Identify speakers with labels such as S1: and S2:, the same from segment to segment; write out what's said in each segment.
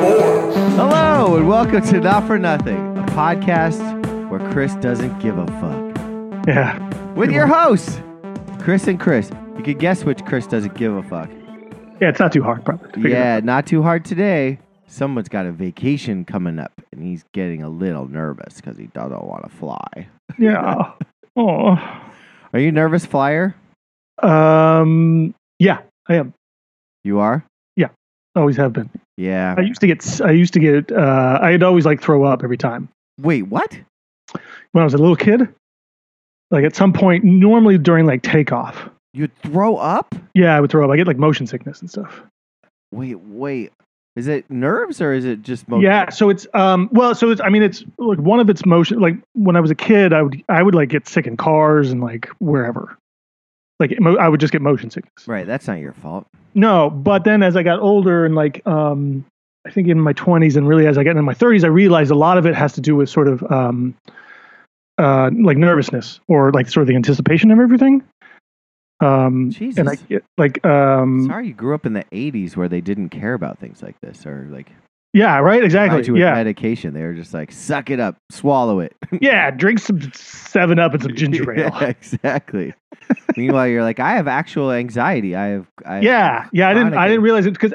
S1: Hello, and welcome to Not For Nothing, a podcast where Chris doesn't give a fuck.
S2: Yeah.
S1: With your hosts, Chris and Chris. You could guess which Chris doesn't give a fuck.
S2: Yeah, it's not too hard, probably. to figure it out.
S1: Yeah, not too hard today. Someone's got a vacation coming up, and he's getting a little nervous because he doesn't want to fly.
S2: Yeah. Oh.
S1: Are you a nervous flyer?
S2: Um. Yeah, I am.
S1: You are?
S2: Always have been.
S1: Yeah.
S2: I used to get. s- I used to get. Uh, I'd always like throw up every time
S1: Wait, what?
S2: when I was a little kid. Like at some point, normally during like takeoff.
S1: You throw up?
S2: Yeah, I would throw up. I get like motion sickness and stuff.
S1: Wait, wait. Is it nerves or is it just motion?
S2: Yeah, so it's um well, so it's I mean it's like one of its motion like when I was a kid, I would I would like get sick in cars and like wherever. Like mo- I would just get motion sickness.
S1: Right, that's not your fault.
S2: No, but then as I got older and like um I think in my 20s and really as I got in my 30s, I realized a lot of it has to do with sort of um uh like nervousness or like sort of the anticipation of everything. Um
S1: Jesus.
S2: and I get like um
S1: Sorry you grew up in the 80s where they didn't care about things like this or like
S2: yeah,
S1: provide
S2: right?
S1: you
S2: Exactly.
S1: with
S2: Yeah.
S1: medication. They were just like, suck it up, swallow it.
S2: Yeah, drink some 7 up and some ginger ale.
S1: Yeah, exactly. Meanwhile, you're like, I have actual anxiety. I have. I have
S2: yeah yeah i didn't i didn't realize it because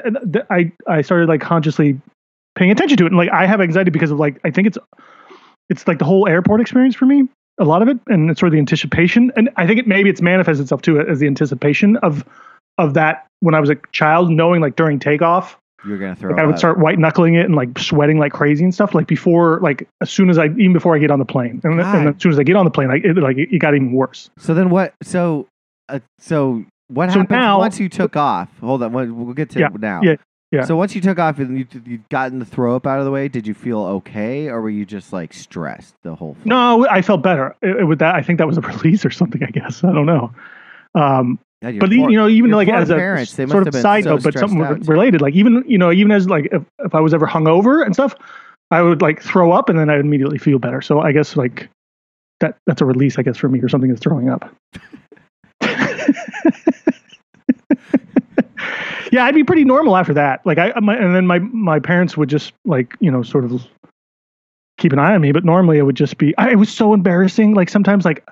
S2: i i started like consciously paying attention to it and like i have anxiety because of like i think it's it's like the whole airport experience for me a lot of it and it's sort of the anticipation and i think it maybe it's manifests itself too as the anticipation of of that when i was a child knowing like during takeoff
S1: You're gonna throw.
S2: like, i would
S1: up.
S2: start white knuckling it and like sweating like crazy and stuff like before like as soon as i even before i get on the plane and,
S1: God.
S2: and as soon as i get on the plane like it like it got even worse
S1: So then what? So, uh, so what
S2: So
S1: happened
S2: now-
S1: once you took off? Hold on, we'll we'll get to
S2: Yeah,
S1: now.
S2: yeah, yeah.
S1: So once you took off and you you gotten the throw up out of the way, did you feel okay, or were you just like stressed the whole? flight?
S2: No, I felt better it, it, with that. I think that was a release or something. I guess I don't know. Um,
S1: God, your
S2: but
S1: poor-
S2: you know, even
S1: your
S2: like
S1: poor
S2: as a
S1: parents, they must
S2: sort
S1: have
S2: of
S1: been
S2: side
S1: so
S2: note, but
S1: stressed
S2: something re-
S1: out.
S2: related. Like even you know, even as like if, if I was ever hungover and stuff, I would like throw up and then I'd immediately feel better. So I guess like that that's a release, I guess, for me or something is throwing up. yeah, I'd be pretty normal after that. Like I my, and then my my parents would just like you know sort of keep an eye on me, but normally it would just be I, it was so embarrassing. Like sometimes like.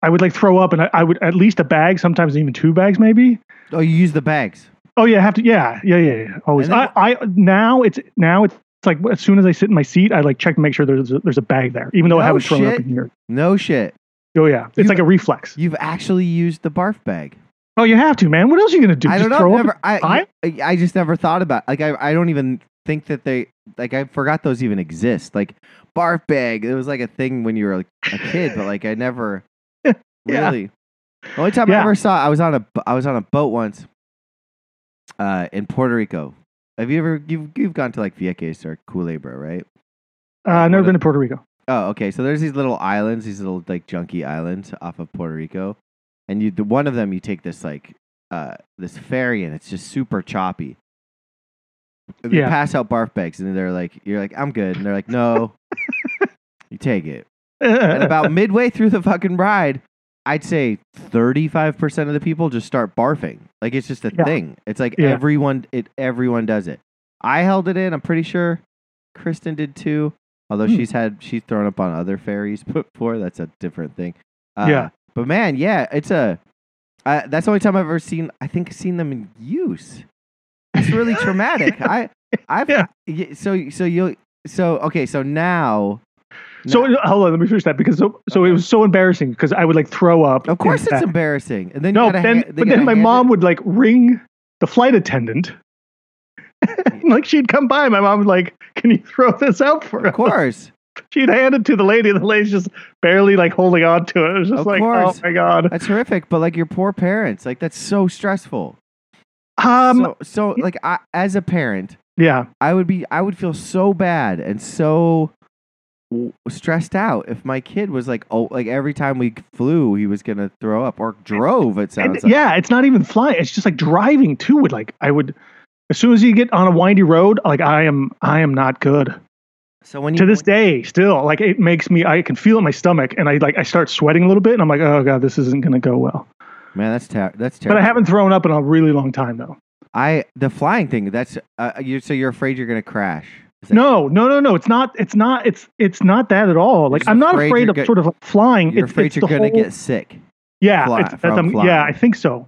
S2: I would like throw up, and I, I would at least a bag, sometimes even two bags, maybe.
S1: oh, you use the bags.
S2: Oh yeah, I have to. Yeah, yeah, yeah. yeah always.
S1: And then-
S2: I, I now it's now it's like as soon as I sit in my seat, I like check to make sure there's a, there's a bag there, even though
S1: No
S2: I haven't thrown
S1: shit.
S2: up in here.
S1: No shit.
S2: Oh yeah, it's
S1: You-
S2: like a reflex.
S1: You've actually used the barf bag.
S2: Oh, you have to, man. What else are you gonna do?
S1: I don't
S2: Just
S1: know.
S2: throw
S1: I've
S2: up?
S1: Never, I,
S2: time?
S1: I I just never thought about like I I don't even think that they like I forgot those even exist. Like barf bag, it was like a thing when you were like a kid, but like I never really. The only time I
S2: Yeah.
S1: ever saw I was on a bo- I was on a boat once, uh, in Puerto Rico. Have you ever you've you've gone to like Vieques or Culebra, right?
S2: Uh, I've never
S1: What
S2: been to Puerto Rico.
S1: Oh, okay. So there's these little islands, these little like junky islands off of Puerto Rico, and you the one of them you take this like uh this ferry and it's just super choppy. And They
S2: Yeah.
S1: pass out barf bags and they're like, you're like, I'm good, and they're like, no, you take it. And about midway through the fucking ride, I'd say 35% of the people just start barfing. Like it's just a
S2: Yeah.
S1: thing. It's like
S2: Yeah.
S1: everyone it everyone does it. I held it in, I'm pretty sure Kristen did too. Although
S2: Hmm.
S1: she's had she's thrown up on other ferries before, that's a different thing. Uh,
S2: Yeah.
S1: But man, yeah, it's a uh, that's the only time I've ever seen I think seen them in use. It's really traumatic. I I've
S2: Yeah.
S1: y- so so you so okay, so now
S2: so hold on, let me finish that because so so it was so embarrassing because I would like throw up.
S1: Of course,
S2: in
S1: it's
S2: bag.
S1: embarrassing. And then
S2: no.
S1: you gotta
S2: Then
S1: hand- they
S2: but then
S1: gotta
S2: my
S1: hand
S2: mom
S1: it-
S2: would like ring the flight attendant. like she'd come by, my mom would like, "Can you throw this out for
S1: Of
S2: us?"
S1: course,
S2: she'd hand it to the lady, and the lady's just barely like holding on to it. It was just
S1: Of
S2: like,
S1: course.
S2: oh my god.
S1: that's horrific. But like your poor parents, like that's so stressful.
S2: Um,
S1: so, so like I, as a parent,
S2: yeah,
S1: I would be, I would feel so bad and so w- stressed out if my kid was like, oh, like every time we flew, he was gonna throw up or drove. It
S2: And-
S1: sounds like.
S2: yeah. It's not even flying. It's just like driving too. Would like I would, as soon as you get on a windy road, like I am, I am not good.
S1: So when you
S2: to this day still like it makes me i can feel it in my stomach and i like i start sweating a little bit and i'm like oh god this isn't going to go well
S1: man, that's ter- that's
S2: but
S1: terrible.
S2: i haven't thrown up in a really long time though
S1: I the flying thing. That's uh, you. So you're afraid you're gonna crash. Is that-
S2: no no no no it's not it's not it's it's not that at all like
S1: just
S2: i'm not
S1: afraid
S2: afraid,
S1: you're
S2: of
S1: go-
S2: sort of like flying
S1: You're
S2: It's-
S1: afraid
S2: it's
S1: you're
S2: the
S1: gonna
S2: whole-
S1: get sick.
S2: yeah
S1: fly-
S2: it's- that's,
S1: from
S2: um, yeah
S1: flying.
S2: i think so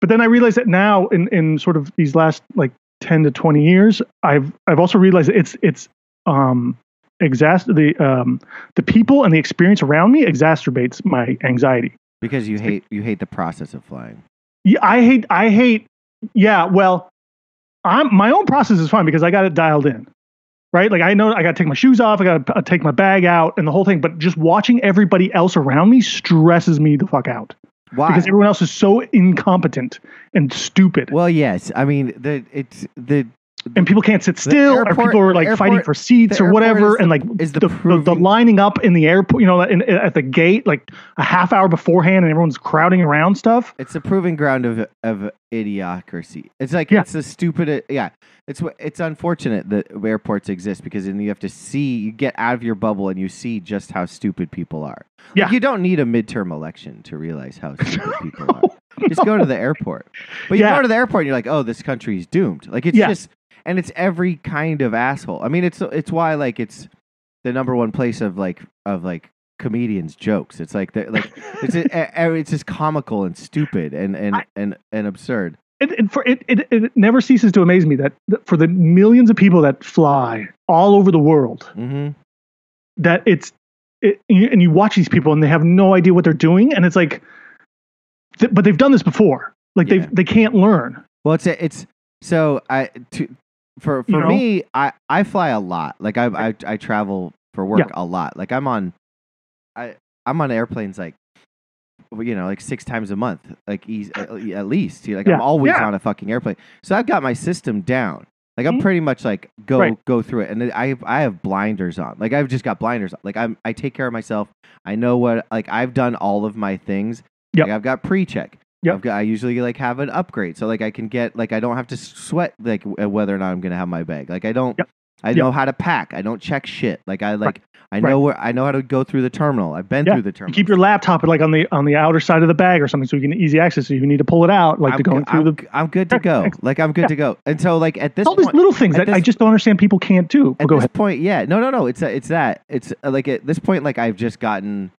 S2: but then i realize that now in in sort of these last like 10 to 20 years i've i've also realized that it's it's um exas the um the people and the experience around me exacerbates my anxiety
S1: Because you hate you hate the process of flying.
S2: Yeah, I hate. I hate. Yeah. Well, I'm my own process is fine because I got it dialed in, right? Like I know I got to take my shoes off. I got to take my bag out and the whole thing. But just watching everybody else around me stresses me the fuck out
S1: Why?
S2: because everyone else is so incompetent and stupid,
S1: well, yes. I mean, the it's the
S2: and people can't sit still,
S1: airport-
S2: or people are like
S1: the
S2: fighting
S1: airport-
S2: for seats
S1: the
S2: or
S1: airport
S2: whatever,
S1: is the-
S2: and like
S1: is the
S2: the, the,
S1: proving-
S2: lining up in the airport, you know, in, at the gate like a half hour beforehand, and everyone's crowding around stuff.
S1: it's the proving ground of of idiocracy. It's like
S2: Yeah.
S1: it's the stupid. uh, Yeah, it's wh- it's unfortunate that airports exist because then you have to see you get out of your bubble and you see just how stupid people are. Like,
S2: Yeah.
S1: you don't need a midterm election to realize how stupid people are. Just go to the airport. But you
S2: Yeah.
S1: go to the airport and you're like, oh, this country's doomed. Like it's
S2: Yeah.
S1: just and it's every kind of asshole. I mean, it's it's why like it's the number one place of like of like comedians jokes. It's like they're like it's e- e- it's just comical and stupid and and
S2: I-
S1: and, and absurd.
S2: it, it, for, it, it, it never ceases to amaze me that, that for the millions of people that fly all over the world
S1: hmm
S2: that it's it, you- and you watch these people and they have no idea what they're doing and it's like th- but they've done this before like
S1: Yeah.
S2: they've they can't learn
S1: Well, it's it's so I to, for for
S2: You know?
S1: me I I fly a lot. Like I I, I travel for work
S2: Yeah.
S1: a lot. Like I'm on I I'm on airplanes like well, you know like six times a month like eas- uh, e, at least You know, like
S2: Yeah.
S1: i'm always
S2: Yeah.
S1: on a fucking airplane so i've got my system down like i'm
S2: Mhm.
S1: pretty much like go
S2: Right.
S1: go through it and then i i have blinders on like i've just got blinders on like i'm i take care of myself i know what like i've done all of my things
S2: Yep.
S1: like i've got pre-check
S2: Yep.
S1: I've got, I usually like have an upgrade, so like I can get like I don't have to sweat like w- uh, whether or not I'm gonna have my bag. Like I don't,
S2: Yep.
S1: I
S2: Yep.
S1: know how to pack. I don't check shit. Like I like I
S2: Right.
S1: know where I know how to go through the terminal. I've been
S2: Yeah.
S1: through the
S2: you
S1: terminal.
S2: keep your laptop like on the on the outer side of the bag or something so you can easy access so you need to pull it out like to
S1: I'm,
S2: going
S1: go-
S2: through
S1: I'm,
S2: the
S1: g- I'm good to go. Like I'm good
S2: Yeah.
S1: to go. And so like at this
S2: all these
S1: point,
S2: little things
S1: at
S2: that I
S1: this-
S2: just don't understand people can't do. Well,
S1: at
S2: go
S1: this
S2: ahead.
S1: point, yeah, no, no, no. It's a, it's that. It's uh, like at this point, like I've just gotten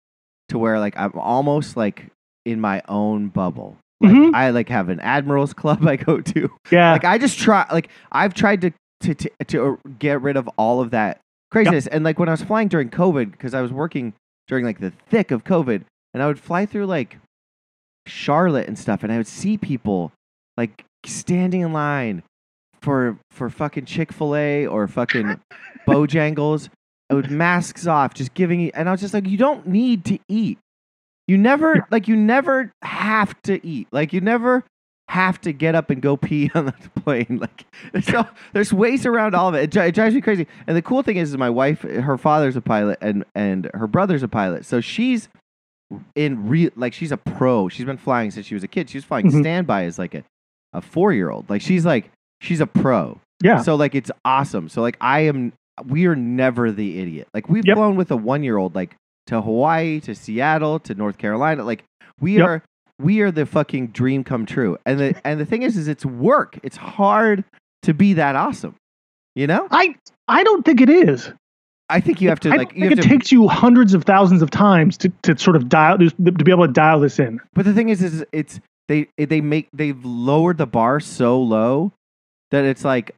S1: to where like I'm almost like in my own bubble. Like
S2: Mhm.
S1: I like have an admirals club I go to.
S2: Yeah.
S1: like I just try like I've tried to to to, to uh, get rid of all of that craziness and like when I was flying during COVID because I was working during like the thick of COVID and I would fly through like Charlotte and stuff and I would see people like standing in line for for fucking Chick-fil-A or fucking Bojangles with masks off just giving and I was just like you don't need to eat you never
S2: Yeah.
S1: like you never have to eat like you never have to get up and go pee on the plane. Like there's so there's ways around all of it. It, dri- it drives me crazy. And the cool thing is, is my wife, her father's a pilot, and and her brother's a pilot. So she's in real like she's a pro. She's been flying since she was a kid. She was flying
S2: Mhm.
S1: standby as like a a four year old. Like she's like she's a pro.
S2: Yeah.
S1: So like it's awesome. So like I am we are never the idiot. Like we've
S2: Yep.
S1: flown with a one year old like to Hawaii, to Seattle, to North Carolina. Like we
S2: Yep.
S1: are we are the fucking dream come true. And the and the thing is is it's work. It's hard to be that awesome. You know?
S2: I I don't think it is.
S1: I think you have to
S2: I
S1: like
S2: don't
S1: you
S2: think
S1: have to
S2: it takes you hundreds of thousands of times to, to sort of dial to be able to dial this in.
S1: But the thing is, is it's they they make they've lowered the bar so low that it's like,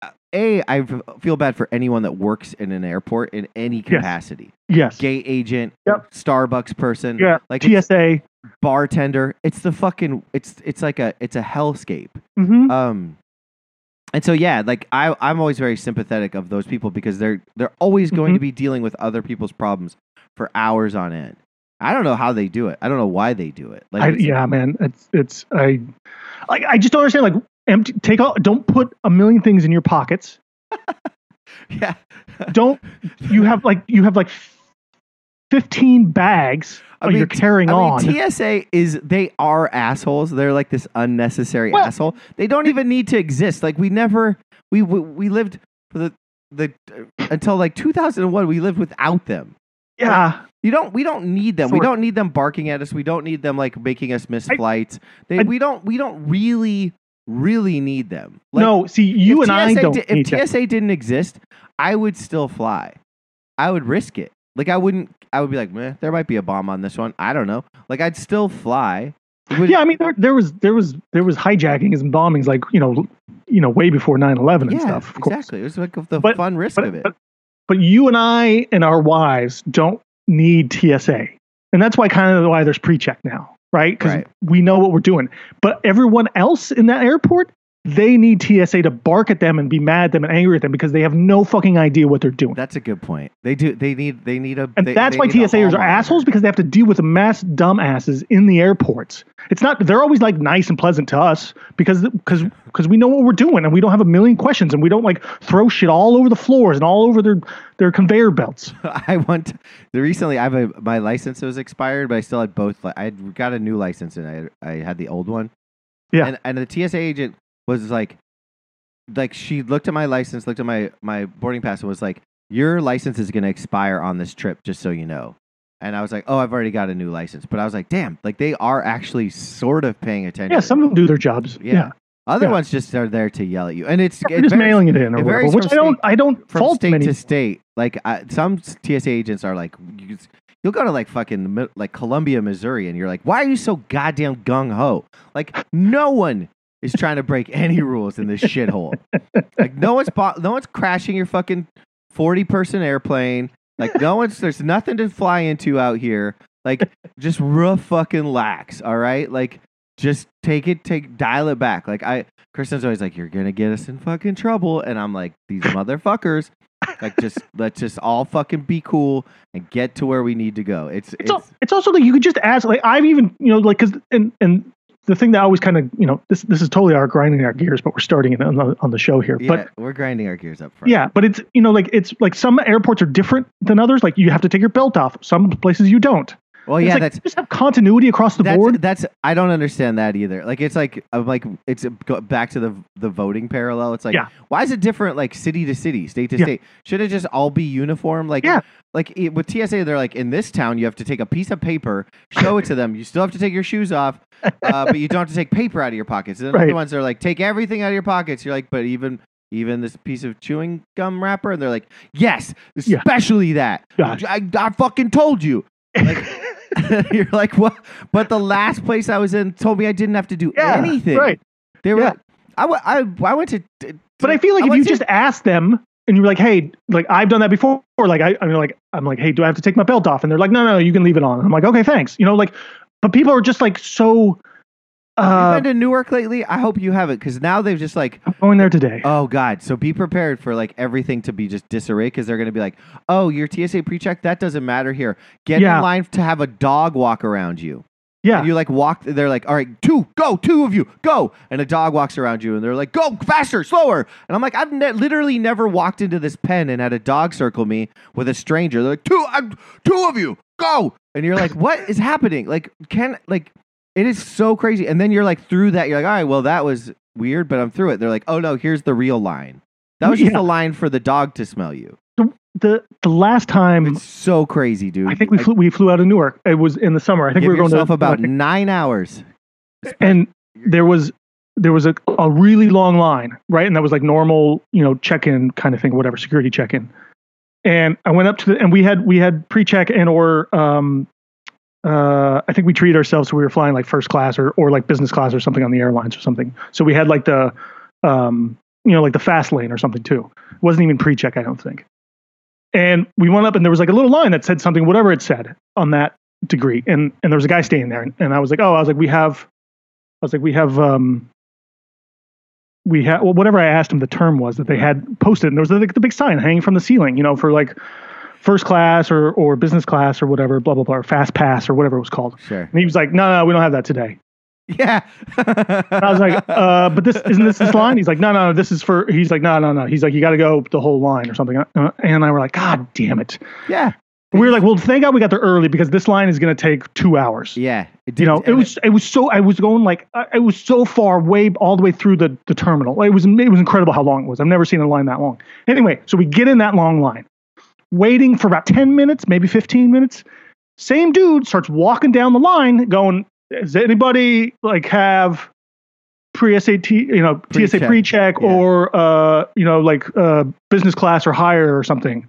S1: uh, a I f- feel bad for anyone that works in an airport in any capacity,
S2: Yes.
S1: gay agent,
S2: Yep.
S1: Starbucks person,
S2: Yeah.
S1: like it's
S2: TSA.
S1: bartender. It's the fucking it's it's like a it's a hellscape.
S2: hmm
S1: Um, and so yeah, like I I'm always very sympathetic of those people because they're they're always going
S2: Mm-hmm.
S1: to be dealing with other people's problems for hours on end. I don't know how they do it. I don't know why they do it. Like
S2: I,
S1: it's-
S2: yeah, man. It's it's I like I just don't understand. Like empty take all don't put a million things in your pockets.
S1: yeah.
S2: Don't you have like you have like fifteen bags
S1: I
S2: that
S1: mean,
S2: you're
S1: t-
S2: carrying
S1: I
S2: on.
S1: mean, TSA is they are assholes. They're like this unnecessary
S2: Well-
S1: asshole. They don't even need to exist. Like we never we we, we lived for the the until like 2001 we lived without them.
S2: Yeah.
S1: You don't. We don't need them. We
S2: Sort-
S1: don't need them barking at us. We don't need them like making us miss
S2: I-
S1: flights. They,
S2: I-
S1: we don't. We don't really, really need them. Like,
S2: no, see, you
S1: if
S2: and I
S1: TSA
S2: don't
S1: di-
S2: need
S1: If
S2: that.
S1: TSA didn't exist, I would still fly. I would risk it. Like I wouldn't. I would be like, man, there might be a bomb on this one. I don't know. Like I'd still fly. It would-
S2: yeah, I mean, there, there was there was there was hijackings and bombings, like you know, you know, way before 9-11 and
S1: yeah,
S2: stuff. Of course.
S1: exactly. It was like the
S2: But-
S1: fun risk of
S2: But,
S1: it.
S2: but, but you and I and our wives don't need TSA, and that's why kind of why there's pre-check now, right? Because
S1: Right.
S2: we know what we're doing. But everyone else in that airport, they need TSA to bark at them and be mad at them and angry at them because they have no fucking idea what they're doing.
S1: that's a good point. They do. They need. They need a.
S2: And
S1: they-
S2: that's
S1: they
S2: why
S1: need a
S2: TSAers
S1: hall
S2: are assholes
S1: monitor.
S2: because they have to deal with the mass dumbasses in the airports. It's not they're always like nice and pleasant to us because because because we know what we're doing and we don't have a million questions and we don't like throw shit all over the floors and all over their their conveyor belts.
S1: I want. The recently, I have a my license was expired, but I still had both. li- I had got a new license and I I had the old one.
S2: Yeah.
S1: And, and the TSA agent was like, like she looked at my license, looked at my my boarding pass, and was like, "Your license is going to expire on this trip, just so you know." And I was like, "Oh, I've already got a new license," but I was like, "Damn!" Like they are actually sort of paying attention.
S2: Yeah, some of them do their jobs.
S1: Yeah.
S2: Yeah.
S1: Other
S2: yeah.
S1: ones just are there to yell at you, and it's,
S2: They're
S1: it
S2: just
S1: varies-
S2: mailing it in or
S1: it
S2: whatever,
S1: varies
S2: which I
S1: from
S2: don't I don't
S1: from
S2: fault
S1: state
S2: many.
S1: to state. Like I, some TSA agents are like, you, you'll go to like fucking Mi- like Columbia, Missouri, and you're like, why are you so goddamn gung ho? Like no one is trying to break any rules in this shithole. Like no one's bo- no one's crashing your fucking forty person airplane. Like no one's there's nothing to fly into out here. Like just rough fucking lax. All right, like. Just take it, take dial it back. Like I, Kristen's always like, "You're gonna get us in fucking trouble," and I'm like, "These motherfuckers, like, just let's just all fucking be cool and get to where we need to go." It's
S2: it's,
S1: it's,
S2: al- it's also like you could just ask like i've even you know like because and and the thing that I always kind of you know this this is totally our grinding our gears but we're starting it on the, on the show here
S1: yeah,
S2: but
S1: we're grinding our gears up front.
S2: yeah but it's you know like it's like some airports are different than others like you have to take your belt off some places you don't
S1: Well,
S2: It's
S1: Oh, yeah,
S2: like,
S1: that's
S2: just have continuity across the
S1: that's,
S2: board
S1: That's I don't understand that either. Like it's like I'm like it's a, go back to the the voting parallel. It's like
S2: Yeah.
S1: why is it different like city to city, state to
S2: Yeah.
S1: state? Should it just all be uniform? Like
S2: Yeah.
S1: like it, with TSA, they're like in this town you have to take a piece of paper, show it to them. You still have to take your shoes off, uh, but you don't have to take paper out of your pockets. And then other
S2: Right.
S1: ones are like take everything out of your pockets. You're like, but even. Even this piece of chewing gum wrapper, and they're like, "Yes,
S2: Yeah.
S1: especially that."
S2: Yeah.
S1: I, I fucking told you. Like, you're like, what? But the last place I was in told me I didn't have to do
S2: yeah
S1: anything.
S2: right
S1: They were.
S2: Yeah.
S1: I, w- I, I went to. to-
S2: but i feel like if
S1: went
S2: you
S1: to-
S2: just ask them and you're like hey like i've done that before or like I, i'm like i'm like hey do i have to take my belt off and they're like no no, no you can leave it on i'm like okay thanks you know like but people are just like so
S1: Have Oh, you
S2: uh
S1: been to Newark lately? I hope you haven't, because now they've just like,
S2: I'm going there today
S1: oh god. So be prepared for like everything to be just disarray, because they're gonna be like, oh, your TSA pre-check that doesn't matter here. Get
S2: Yeah.
S1: in line to have a dog walk around you.
S2: yeah
S1: And you like walk. They're like, all right, two, go, two of you, go. And a dog walks around you, and they're like, go faster, slower. And I'm like, I've ne- literally never walked into this pen and had a dog circle me with a stranger. They're like, two, I'm, two of you, go. And you're like, what is happening? Like, can like, it is so crazy. And then you're like through that. You're like, all right, well that was weird, but I'm through it. They're like, oh no, here's the real line. That was just
S2: Yeah.
S1: a line for the dog to smell you.
S2: the the last time
S1: It's so crazy, dude.
S2: I think we flew we flew out of Newark. It was in the summer. I think
S1: give
S2: we were going
S1: yourself
S2: to
S1: about nine hours.
S2: and there was there was a, a really long line, right? And that was like normal, you know, check-in kind of thing, whatever, security check-in. And I went up to the and we had we had pre-check and or um uh I think we treated ourselves so we were flying like first class or or like business class or something on the airlines or something. So we had like the um you know like the fast lane or something too. It wasn't even pre-check, I don't think. And we went up and there was like a little line that said something, whatever it said on that degree. And and there was a guy standing there and, and I was like, Oh, I was like, we have I was like, we have, um, we have, well, whatever I asked him the term was that they had posted, and there was like the big sign hanging from the ceiling, you know, for like first class or or business class or whatever, blah blah blah, or fast pass or whatever it was called.
S1: Sure.
S2: And he was like, no, no, we don't have that today.
S1: Yeah.
S2: And I was like, uh, but this isn't this this line? He's like, no, no, this is for. He's like, no, no, no. He's like, you got to go the whole line or something. Uh, And I were like, God damn it.
S1: yeah.
S2: we were like, well, thank God we got there early because this line is going to take two hours.
S1: Yeah. It
S2: You know,
S1: didn't-
S2: it
S1: and
S2: was it was so I was going like I I was so far way all the way through the, the terminal. It was it was incredible how long it was. I've never seen a line that long. Anyway, so we get in that long line, waiting for about ten minutes, maybe fifteen minutes. Same dude starts walking down the line, going, "Does anybody like have pre SAT, you know, TSA
S1: Pre-check,
S2: pre check
S1: yeah.
S2: or uh, you know, like uh, business class or higher or something?"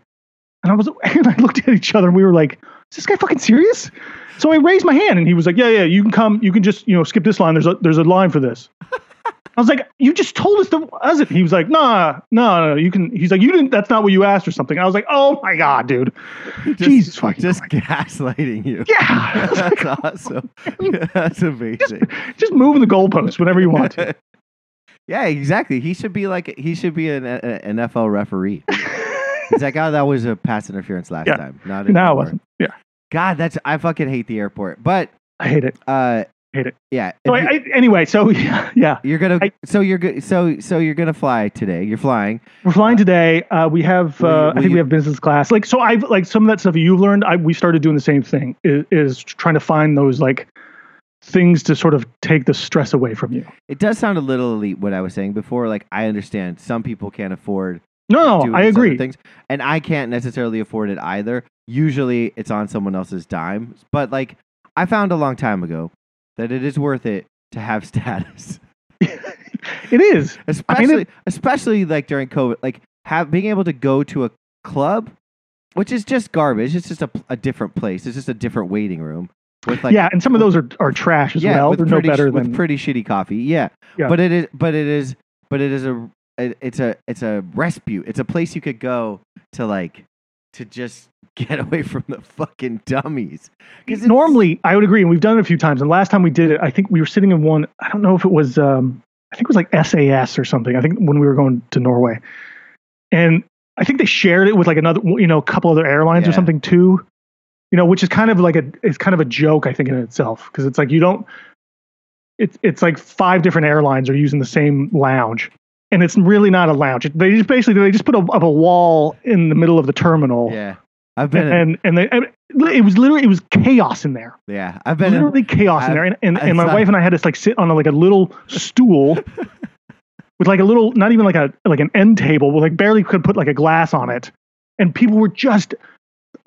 S2: And I was and I looked at each other and we were like, "Is this guy fucking serious?" So I raised my hand and he was like, "Yeah, yeah, you can come. You can just you know skip this line. There's a there's a line for this." I was like, "You just told us the as it." He was like, "Nah, no, no, no, you can." He's like, "You didn't. That's not what you asked or something." I was like, "Oh my god, dude."
S1: just,
S2: Jesus fucking
S1: Just gaslighting you.
S2: Yeah,
S1: That's awesome. That's amazing.
S2: just moving the goalposts whenever you want. to.
S1: yeah, exactly. He should be like he should be an, a- an NFL referee. He's like, oh, that was a pass interference last
S2: Yeah.
S1: time. Not
S2: now it
S1: anymore."
S2: wasn't. Yeah,
S1: God, that's I fucking hate the airport. But
S2: I hate it.
S1: uh,
S2: Hate it.
S1: Yeah.
S2: So
S1: if
S2: I, I, anyway, so yeah, yeah,
S1: you, are gonna
S2: I-
S1: so you're go- so so you're gonna fly today. You're flying.
S2: we're flying today. Uh, we have,
S1: Will you-
S2: uh,
S1: will
S2: I think
S1: you-
S2: we have business class. Like, so I've like some of that stuff you've learned. I we started doing the same thing. Is, is trying to find those like things to sort of take the stress away from you.
S1: It does sound a little elite what I was saying before. Like I understand some people can't afford
S2: No,
S1: doing
S2: Oh, I
S1: these other
S2: agree.
S1: Things, and I can't necessarily afford it either. Usually, it's on someone else's dime. But like, I found a long time ago that it is worth it to have status,
S2: It is.
S1: especially especially like during COVID. Like, have being able to go to a club, which is just garbage. It's just a, a different place. It's just a different waiting room with like
S2: yeah, and some of those are, are trash as well.
S1: with
S2: They're no
S1: pretty, sh-
S2: better
S1: with
S2: than
S1: pretty shitty coffee. Yeah.
S2: Yeah.
S1: but it is, but it is, but it is a, it- it's a, it's a rescue. It's a place you could go to, like, to just get away from the fucking dummies. Because
S2: normally I would agree, and we've done it a few times. And last time we did it, I think we were sitting in one. I don't know if it was, um, I think it was like SAS or something. I think when we were going to Norway, and I think they shared it with like another, you know, a couple other airlines
S1: Yeah.
S2: or something too. You know, which is kind of like a it's kind of a joke, I think, in itself, because it's like you don't. It's it's like five different airlines are using the same lounge. And it's really not a lounge. It- They just basically they just put up up a wall in the middle of the terminal,
S1: yeah, I've been, in,
S2: and and, they, and it was literally it was chaos in there
S1: yeah, I've been, in,
S2: literally chaos
S1: I've-
S2: in there. And, and,
S1: I've
S2: and my
S1: not-
S2: wife and I had to like sit on a, like a little stool with like a little, not even like a like an end table, but like barely could put like a glass on it. And people were just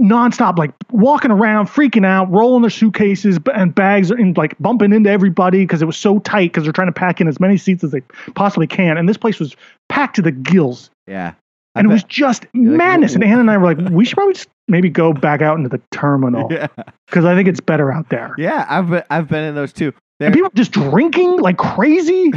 S2: nonstop, like walking around, freaking out, rolling their suitcases b- and bags, and like bumping into everybody because it was so tight because they're trying to pack in as many seats as they possibly can. And this place was packed to the gills.
S1: yeah, I
S2: And it
S1: bet-
S2: was just
S1: like,
S2: madness. and
S1: "Whoa."
S2: Anna and I were like, we should probably just maybe go back out into the terminal
S1: yeah,
S2: because I think it's better out there.
S1: yeah, I've been, I've been in those too.
S2: And people just drinking like crazy.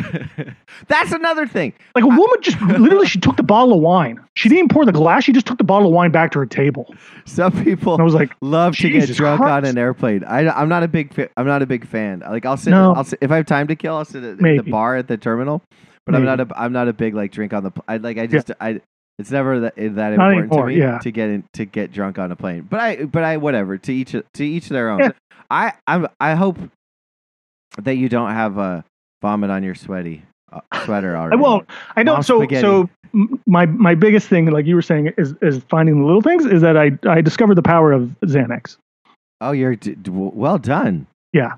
S1: That's another thing.
S2: Like a woman just literally, she took the bottle of wine. She didn't pour the glass. She just took the bottle of wine back to her table.
S1: Some people
S2: And I was like,
S1: love to get
S2: Jesus
S1: drunk on
S2: Christ.
S1: an airplane. I, I'm not a big fa- I'm not a big fan. Like I'll sit,
S2: No.
S1: I'll sit if I have time to kill, I'll sit at the
S2: Maybe.
S1: bar at the terminal. But I'm not a I'm not a big like drink on the pl- I like I just I it's never that eh, that
S2: Not
S1: important to
S2: anymore,
S1: me
S2: yeah.
S1: to get in, to get drunk on a plane. But I but I whatever to each to each their own.
S2: Yeah.
S1: I I'm I hope that you don't have a vomit on your sweaty uh, sweater
S2: I
S1: already.
S2: won't. I
S1: Mom
S2: don't. So,
S1: spaghetti.
S2: so m- my my biggest thing, like you were saying, is is finding the little things. Is that I I discovered the power of Xanax.
S1: Oh, you're d- d- well done.
S2: Yeah.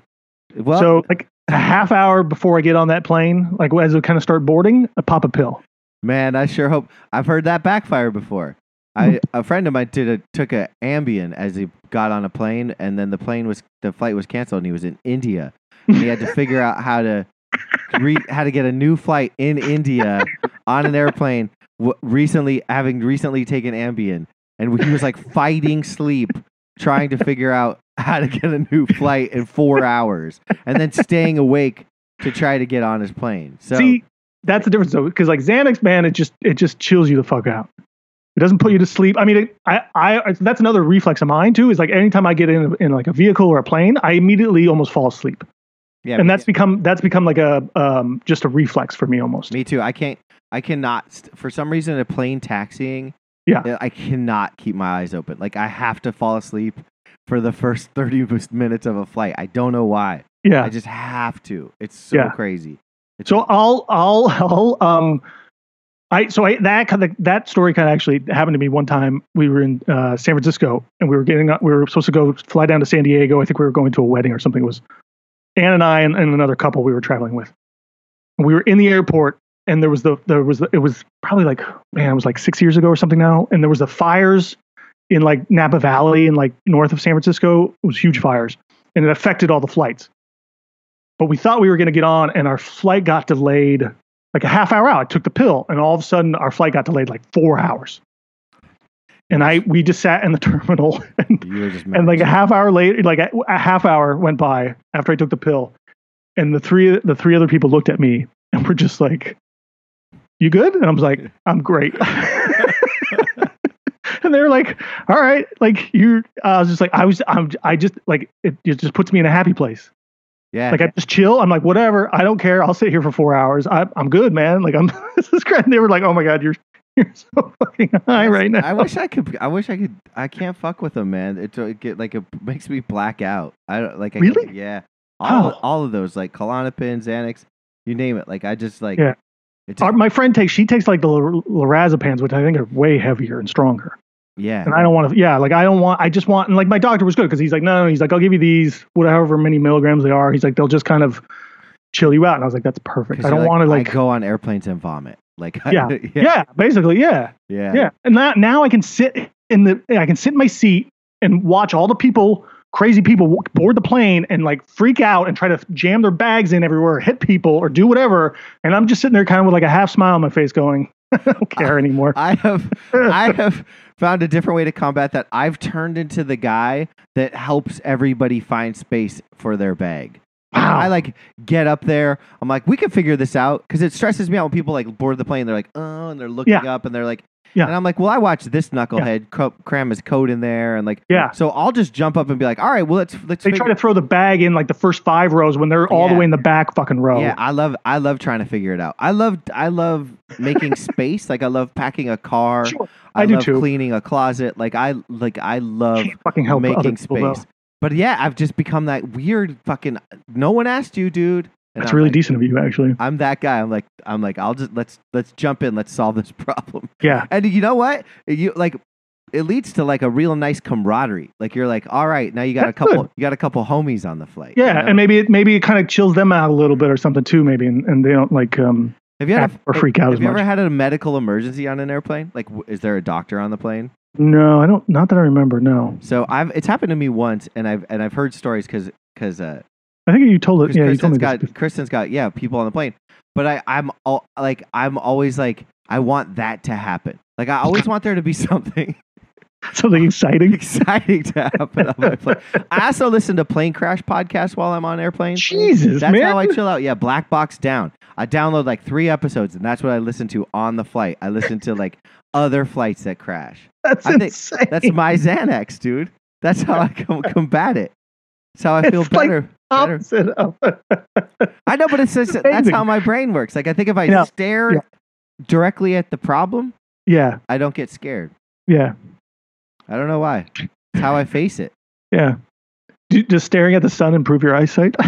S1: Well,
S2: so like a half hour before I get on that plane, like as we kind of start boarding, I pop a pill.
S1: Man, I sure hope I've heard that backfire before.
S2: Hmm.
S1: I a friend of mine did a, took a Ambien as he got on a plane, and then the plane was the flight was canceled, and he was in India, and he had to figure out how to re, how to get a new flight in India on an airplane. W- recently, having recently taken Ambien, and he was like fighting sleep, trying to figure out how to get a new flight in four hours, and then staying awake to try to get on his plane. So
S2: See, that's the difference though, because like Xanax, man, it just it just chills you the fuck out. It doesn't put you to sleep. I mean, it, I, I that's another reflex of mine too. Is like anytime I get in in like a vehicle or a plane, I immediately almost fall asleep,
S1: yeah,
S2: and that's become that's become like a um just a reflex for me almost.
S1: Me too. I can't. I cannot. St- for some reason, a plane taxiing. uh,
S2: Yeah.
S1: I- I cannot keep my eyes open. Like I have to fall asleep for the first thirty mis- minutes of a flight. I don't know why. I
S2: Yeah.
S1: just have to. It's so
S2: Yeah.
S1: crazy. It's
S2: So I'll I'll I'll um I so I that kind of, that story kind of actually happened to me one time. We were in uh, San Francisco and we were getting we were supposed to go fly down to San Diego. I think we were going to a wedding or something. It was Anne and I and, and another couple we were traveling with. And we were in the airport and there was the there was the, it was probably like man it was like six years ago or something now. And there was the fires in like Napa Valley and like north of San Francisco. It was huge fires and it affected all the flights. But we thought we were going to get on and our flight got delayed like a half hour out. I took the pill, and all of a sudden our flight got delayed like four hours. And I we just sat in the terminal, and,
S1: You were just
S2: um, and like a
S1: mad.
S2: half hour later, like a, a half hour went by after I took the pill, and the three the three other people looked at me and were just like, "You good?" And I was like, "I'm great." and they were like, "All right, like you." I was just like, "I was, I'm, I just like it, it just puts me in a happy place."
S1: yeah.
S2: Like I just chill. I'm like, whatever. I don't care. I'll sit here for four hours. I, I'm good, man. Like I'm. This is great. And they were like, oh my god, you're you're so fucking high right now.
S1: I wish I could. I wish I could. I can't fuck with them, man. It, it get like it makes me black out. I don't like. I
S2: Really?
S1: can't- Yeah. All
S2: Oh.
S1: all of those like Klonopin, Xanax, you name it. Like I just like.
S2: Yeah.
S1: It's,
S2: Our, my friend takes. She takes like the l- lorazepams, which I think are way heavier and stronger.
S1: yeah.
S2: And I don't want to. Yeah, like I don't want. I just want. And like my doctor was good because he's like, no, no, he's like, I'll give you these, whatever many milligrams they are. He's like, they'll just kind of chill you out. And I was like, that's
S1: 'Cause
S2: perfect. I
S1: you're
S2: don't
S1: like,
S2: want to
S1: I
S2: like.
S1: go on airplanes and vomit. Like. I-
S2: Yeah.
S1: yeah.
S2: yeah, basically, yeah.
S1: Yeah.
S2: yeah and now, now i can sit in the i can sit in my seat and watch all the people crazy people w- board the plane and like freak out and try to jam their bags in everywhere hit people or do whatever and i'm just sitting there kind of with like a half smile on my face going i don't care anymore
S1: I have I have found a different way to combat that. I've turned into the guy that helps everybody find space for their bag.
S2: wow
S1: I like get up there. I'm like, we can figure this out because it stresses me out when people like board the plane. They're like, oh, and they're looking
S2: Yeah.
S1: up and they're like,
S2: Yeah.
S1: And I'm like, well, I watched this knucklehead cr- cram his coat in there and like,
S2: Yeah.
S1: So I'll just jump up and be like, all right, well, let's let's.
S2: they
S1: figure-
S2: try to throw the bag in like the first five rows when they're all the
S1: Yeah.
S2: way in the back fucking row
S1: Yeah, I love I love trying to figure it out. I love I love making space. Like I love packing a car.
S2: Sure. I do
S1: love
S2: too.
S1: Cleaning a closet. Like I like I love
S2: can't fucking help other
S1: making
S2: people, though.
S1: space. But yeah, I've just become that weird fucking. No one asked you, dude. And
S2: that's
S1: I'm
S2: really
S1: like,
S2: decent of you actually
S1: I'm that guy. I'm like I'm like I'll just let's let's jump in. Let's solve this problem.
S2: yeah
S1: And you know what? You like it leads to like a real nice camaraderie. Like you're like, all right, now you got a
S2: That's
S1: couple you got a couple homies on the flight. you
S2: yeah
S1: know?
S2: and maybe it maybe it kind of chills them out a little bit or something too maybe and, and they don't like um
S1: have you had
S2: act or
S1: a,
S2: freak out
S1: have
S2: as
S1: you
S2: much
S1: ever had a medical emergency on an airplane? Like, w- is there a doctor on the plane?
S2: No, I don't. Not that I remember. No,
S1: So I've it's happened to me once, and I've and I've heard stories because because uh,
S2: I think you told it.
S1: 'cause
S2: Yeah, you
S1: Kristen's
S2: told me
S1: got
S2: this. before.
S1: Kristen's got yeah people on the plane, but I I'm all like I'm always like I want that to happen. Like I always want there to be something
S2: Something exciting.
S1: exciting to happen on my plane. I also listen to plane crash podcasts while I'm on airplanes.
S2: Jesus,
S1: That's
S2: man.
S1: how I chill out. Yeah, Black Box Down. I download like three episodes, and that's what I listen to on the flight. I listen to like other flights that crash.
S2: that's
S1: I think-
S2: insane.
S1: That's my Xanax, dude. That's how I com- combat it. That's how I feel
S2: It's like-
S1: better. better.
S2: opposite of.
S1: I know, but it's just, that's
S2: amazing.
S1: how my brain works. Like I think if I
S2: Yeah.
S1: stare
S2: Yeah.
S1: directly at the problem,
S2: yeah,
S1: I don't get scared.
S2: yeah,
S1: I don't know why. It's how I face it.
S2: yeah. Do, does staring at the sun improve your eyesight?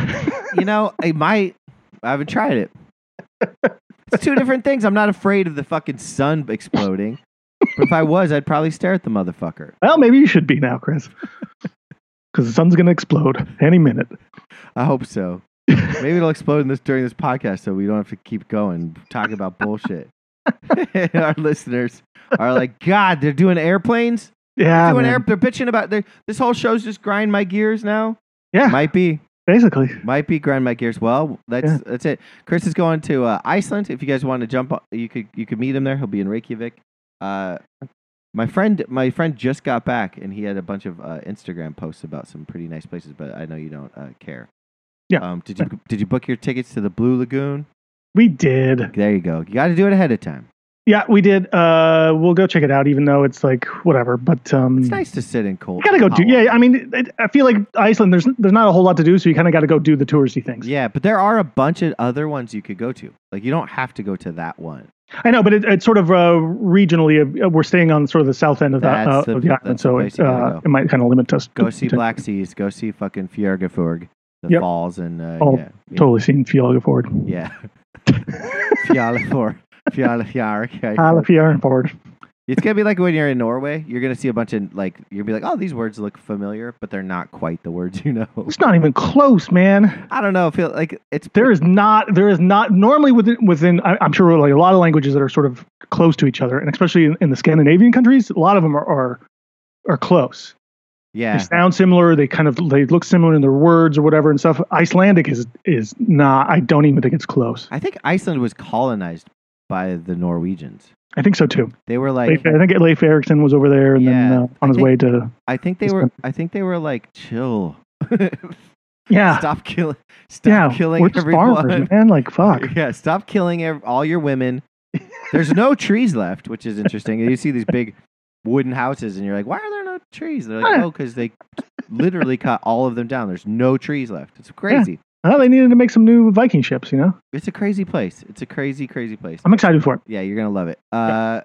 S1: You know, I might. I haven't tried it. It's two different things. I'm not afraid of the fucking sun exploding. But if I was, I'd probably stare at the motherfucker.
S2: well, maybe you should be now, Chris, because the sun's gonna explode any minute.
S1: I hope so. Maybe it'll explode in this during this podcast, so we don't have to keep going talking about bullshit. And our listeners are like, God, they're doing airplanes.
S2: Yeah,
S1: doing
S2: man.
S1: air, they're bitching about they this whole show's just grind my gears now.
S2: Yeah.
S1: might be,
S2: basically.
S1: might be grind my gears. Well, that's that's it. Chris is going to uh, Iceland. If you guys want to jump, on, you could you could meet him there. He'll be in Reykjavik. Uh, my friend, my friend just got back, and he had a bunch of uh, Instagram posts about some pretty nice places. But I know you don't uh, care.
S2: Yeah.
S1: Um, did you did you book your tickets to the Blue Lagoon?
S2: We did.
S1: There you go. You got to do it ahead of time.
S2: Yeah, we did. Uh, we'll go check it out, even though it's like whatever. But um,
S1: It's nice to sit in cold.
S2: You gotta go do.
S1: Holland.
S2: Yeah, I mean, it, I feel like Iceland. There's there's not a whole lot to do, so you kind of got to go do the touristy things.
S1: Yeah, but there are a bunch of other ones you could go to. Like you don't have to go to that one.
S2: I know, but it, it's sort of uh, regionally. Uh, we're staying on sort of the south end of the, uh,
S1: That's the-
S2: of the island,
S1: that's the
S2: so
S1: place
S2: it,
S1: you gotta
S2: uh,
S1: go.
S2: it might kind of limit us.
S1: Go
S2: to-
S1: see
S2: to
S1: Black Seas. Go see fucking Fjörgafjörg, the
S2: Yep.
S1: falls, and uh,
S2: Oh,
S1: yeah,
S2: Totally seen Fialga Ford.
S1: yeah, Fjallafjord. Fjall- Fjall- Fjall-
S2: I'll if you're forward.
S1: It's gonna be like when you're in Norway. You're gonna see a bunch of like you'll be like, oh, these words look familiar, but they're not quite the words you know.
S2: It's not even close, man.
S1: I don't know. Feel like it's
S2: There is not. There is not normally within within. I, I'm sure like a lot of languages that are sort of close to each other, and especially in, in the Scandinavian countries, a lot of them are are, are close.
S1: yeah.
S2: They sound similar. They kind of they look similar in their words or whatever and stuff. Icelandic is is not. I don't even think it's close.
S1: I think Iceland was colonized by the Norwegians.
S2: I think so too.
S1: They were like,
S2: Leif- I think Leif Erikson was over there, and then
S1: Yeah,
S2: uh,
S1: I
S2: on his
S1: think-
S2: way to
S1: I think they were, I think they were like, chill,
S2: yeah,
S1: stop killing, stop
S2: yeah.
S1: killing
S2: we're just
S1: everyone.
S2: farmers, man. Like fuck.
S1: Yeah, stop killing ev- all your women. There's no trees left, which is interesting. You see these big wooden houses, and you're like, why are there no trees? They're like,
S2: Yeah.
S1: oh, because they literally cut all of them down. There's no trees left. It's crazy.
S2: Well, Oh, they needed to make some new Viking ships. You know,
S1: It's a crazy place. It's a crazy, crazy place.
S2: I'm excited for it.
S1: Yeah, you're gonna love it. Uh,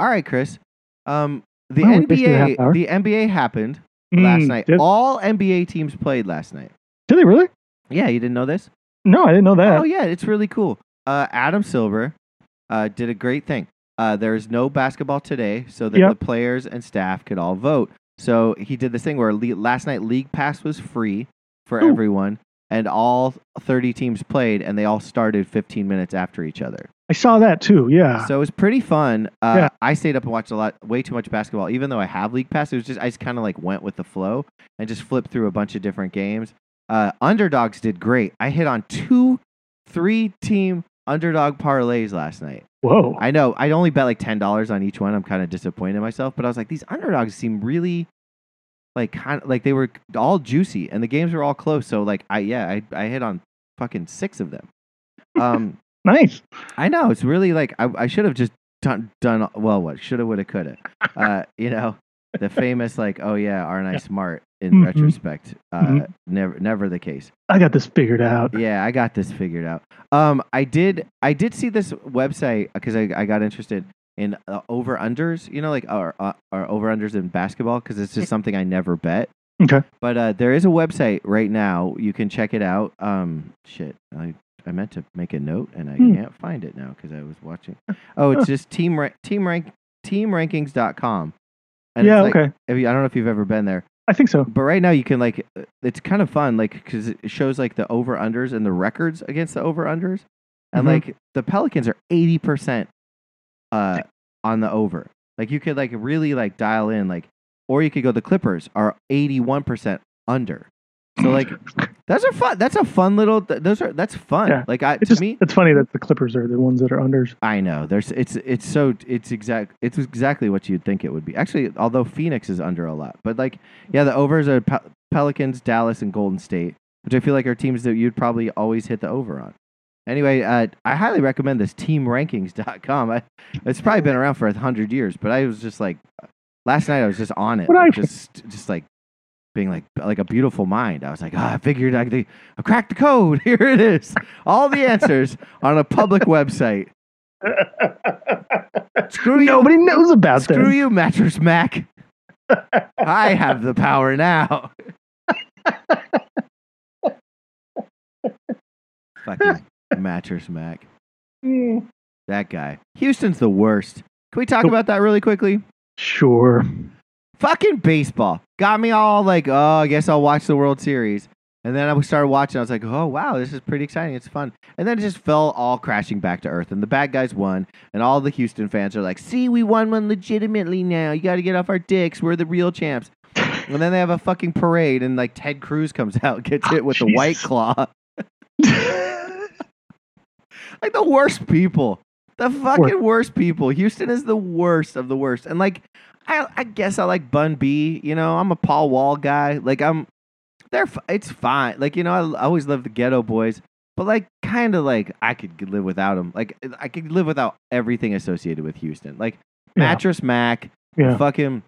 S1: all right, Chris. Um, the
S2: Wow, we missed it a half
S1: NBA,
S2: hour.
S1: the NBA happened last
S2: Mm,
S1: night.
S2: Did,
S1: All NBA teams played last night.
S2: did they really?
S1: Yeah, you didn't know this?
S2: No, I didn't know that.
S1: Oh yeah, it's really cool. Uh, Adam Silver uh, did a great thing. Uh, there is no basketball today, so that
S2: Yeah.
S1: the players and staff could all vote. So he did this thing where le- last night league pass was free for
S2: Ooh.
S1: everyone, and all 30 teams played, and they all started 15 minutes after each other.
S2: I saw that too. Yeah.
S1: So it was pretty fun. Uh,
S2: Yeah.
S1: I stayed up and watched a lot, way too much basketball. Even though I have league pass, it was just I just kind of like went with the flow and just flipped through a bunch of different games. Uh, underdogs did great. I hit on two, three team underdog parlays last night.
S2: Whoa.
S1: I know I only bet like ten dollars on each one. I'm kind of disappointed in myself, but I was like, these underdogs seem really like kind of like they were all juicy and the games were all close. So like I yeah I I hit on fucking six of them. Um.
S2: nice.
S1: I know it's really like I, I should have just done done well. What should have, would have, could have. Uh, you know, the famous like, oh yeah, aren't I smart? In
S2: Mhm.
S1: retrospect, uh,
S2: Mhm.
S1: never never the case.
S2: I got this figured out.
S1: Yeah, I got this figured out. Um, I did I did see this website because I, I got interested in uh, over unders. You know, like our uh, our over unders in basketball because it's just something I never bet.
S2: Okay.
S1: But uh, there is a website right now. You can check it out. Um, shit, I, I meant to make a note and I
S2: Hmm.
S1: can't find it now because I was watching. Oh, it's just team ra- team rank teamrankings.com. And
S2: yeah.
S1: it's like,
S2: okay.
S1: if you- I don't know if you've ever been there,
S2: I think so.
S1: but right now you can like uh, it's kind of fun like because it shows like the over unders and the records against the over unders, and
S2: Mhm.
S1: like the Pelicans are eighty percent, uh, on the over. Like you could like really like dial in like, or you could go the Clippers are eighty one percent under. So like that's a fun that's a fun little th- those are that's fun
S2: Yeah.
S1: like I to
S2: It's just
S1: me
S2: it's funny that the Clippers are the ones that are unders.
S1: I know. There's it's it's so it's exact it's exactly what you'd think it would be. Actually, although Phoenix is under a lot, but like yeah, the overs are Pe- Pelicans, Dallas, and Golden State, which I feel like are teams that you'd probably always hit the over on. Anyway, uh, I highly recommend this teamrankings.com. I, it's probably been around for a hundred years, but I was just like last night I was just on it,
S2: What
S1: like,
S2: I-
S1: just just like being like like a beautiful mind. I was like, ah, I figured I could, I cracked the code. Here it is, all the answers on a public website. Screw you.
S2: Nobody knows about
S1: Screw
S2: them.
S1: you, Mattress Mac. I have the power now. Fucking Mattress Mac.
S2: Mm.
S1: That guy. Houston's the worst. Can we talk
S2: Nope.
S1: about that really quickly?
S2: Sure.
S1: Fucking baseball. Got me all like, oh, I guess I'll watch the World Series. And then I started watching. I was like, oh, wow, this is pretty exciting. It's fun. And then it just fell all crashing back to earth. And the bad guys won. And all the Houston fans are like, see, we won one legitimately now. You got to get off our dicks. We're the real champs. And then they have a fucking parade. And like Ted Cruz comes out, gets hit with the
S2: Jesus.
S1: white claw. like the worst people. The fucking worst people. Houston is the worst of the worst. And like, I, I guess I like Bun B. You know, I'm a Paul Wall guy. Like I'm, they're f- it's fine. Like you know, I, I always love the Ghetto Boys, but like kind of like I could live without them. Like I could live without everything associated with Houston. Like
S2: Yeah.
S1: mattress Mac,
S2: Yeah.
S1: fucking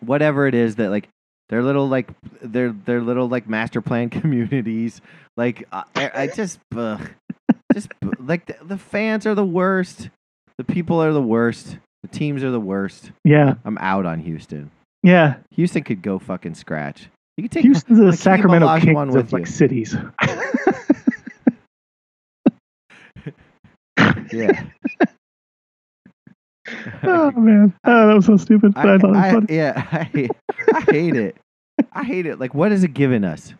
S1: whatever it is that like their little like their their little like master plan communities. Like I, I I just ugh, just ugh. like the, the fans are the worst. The people are the worst. The teams are the worst.
S2: Yeah.
S1: I'm out on Houston.
S2: Yeah.
S1: Houston could go fucking scratch. You could take
S2: Houston's the
S1: Hakeem
S2: Sacramento
S1: Olajuwon
S2: Kings
S1: with
S2: of like
S1: you.
S2: cities.
S1: yeah.
S2: oh man, oh, that was so stupid. But I, thought it was
S1: I-
S2: funny.
S1: Yeah, I, I hate it. I hate it. Like, what has it given us?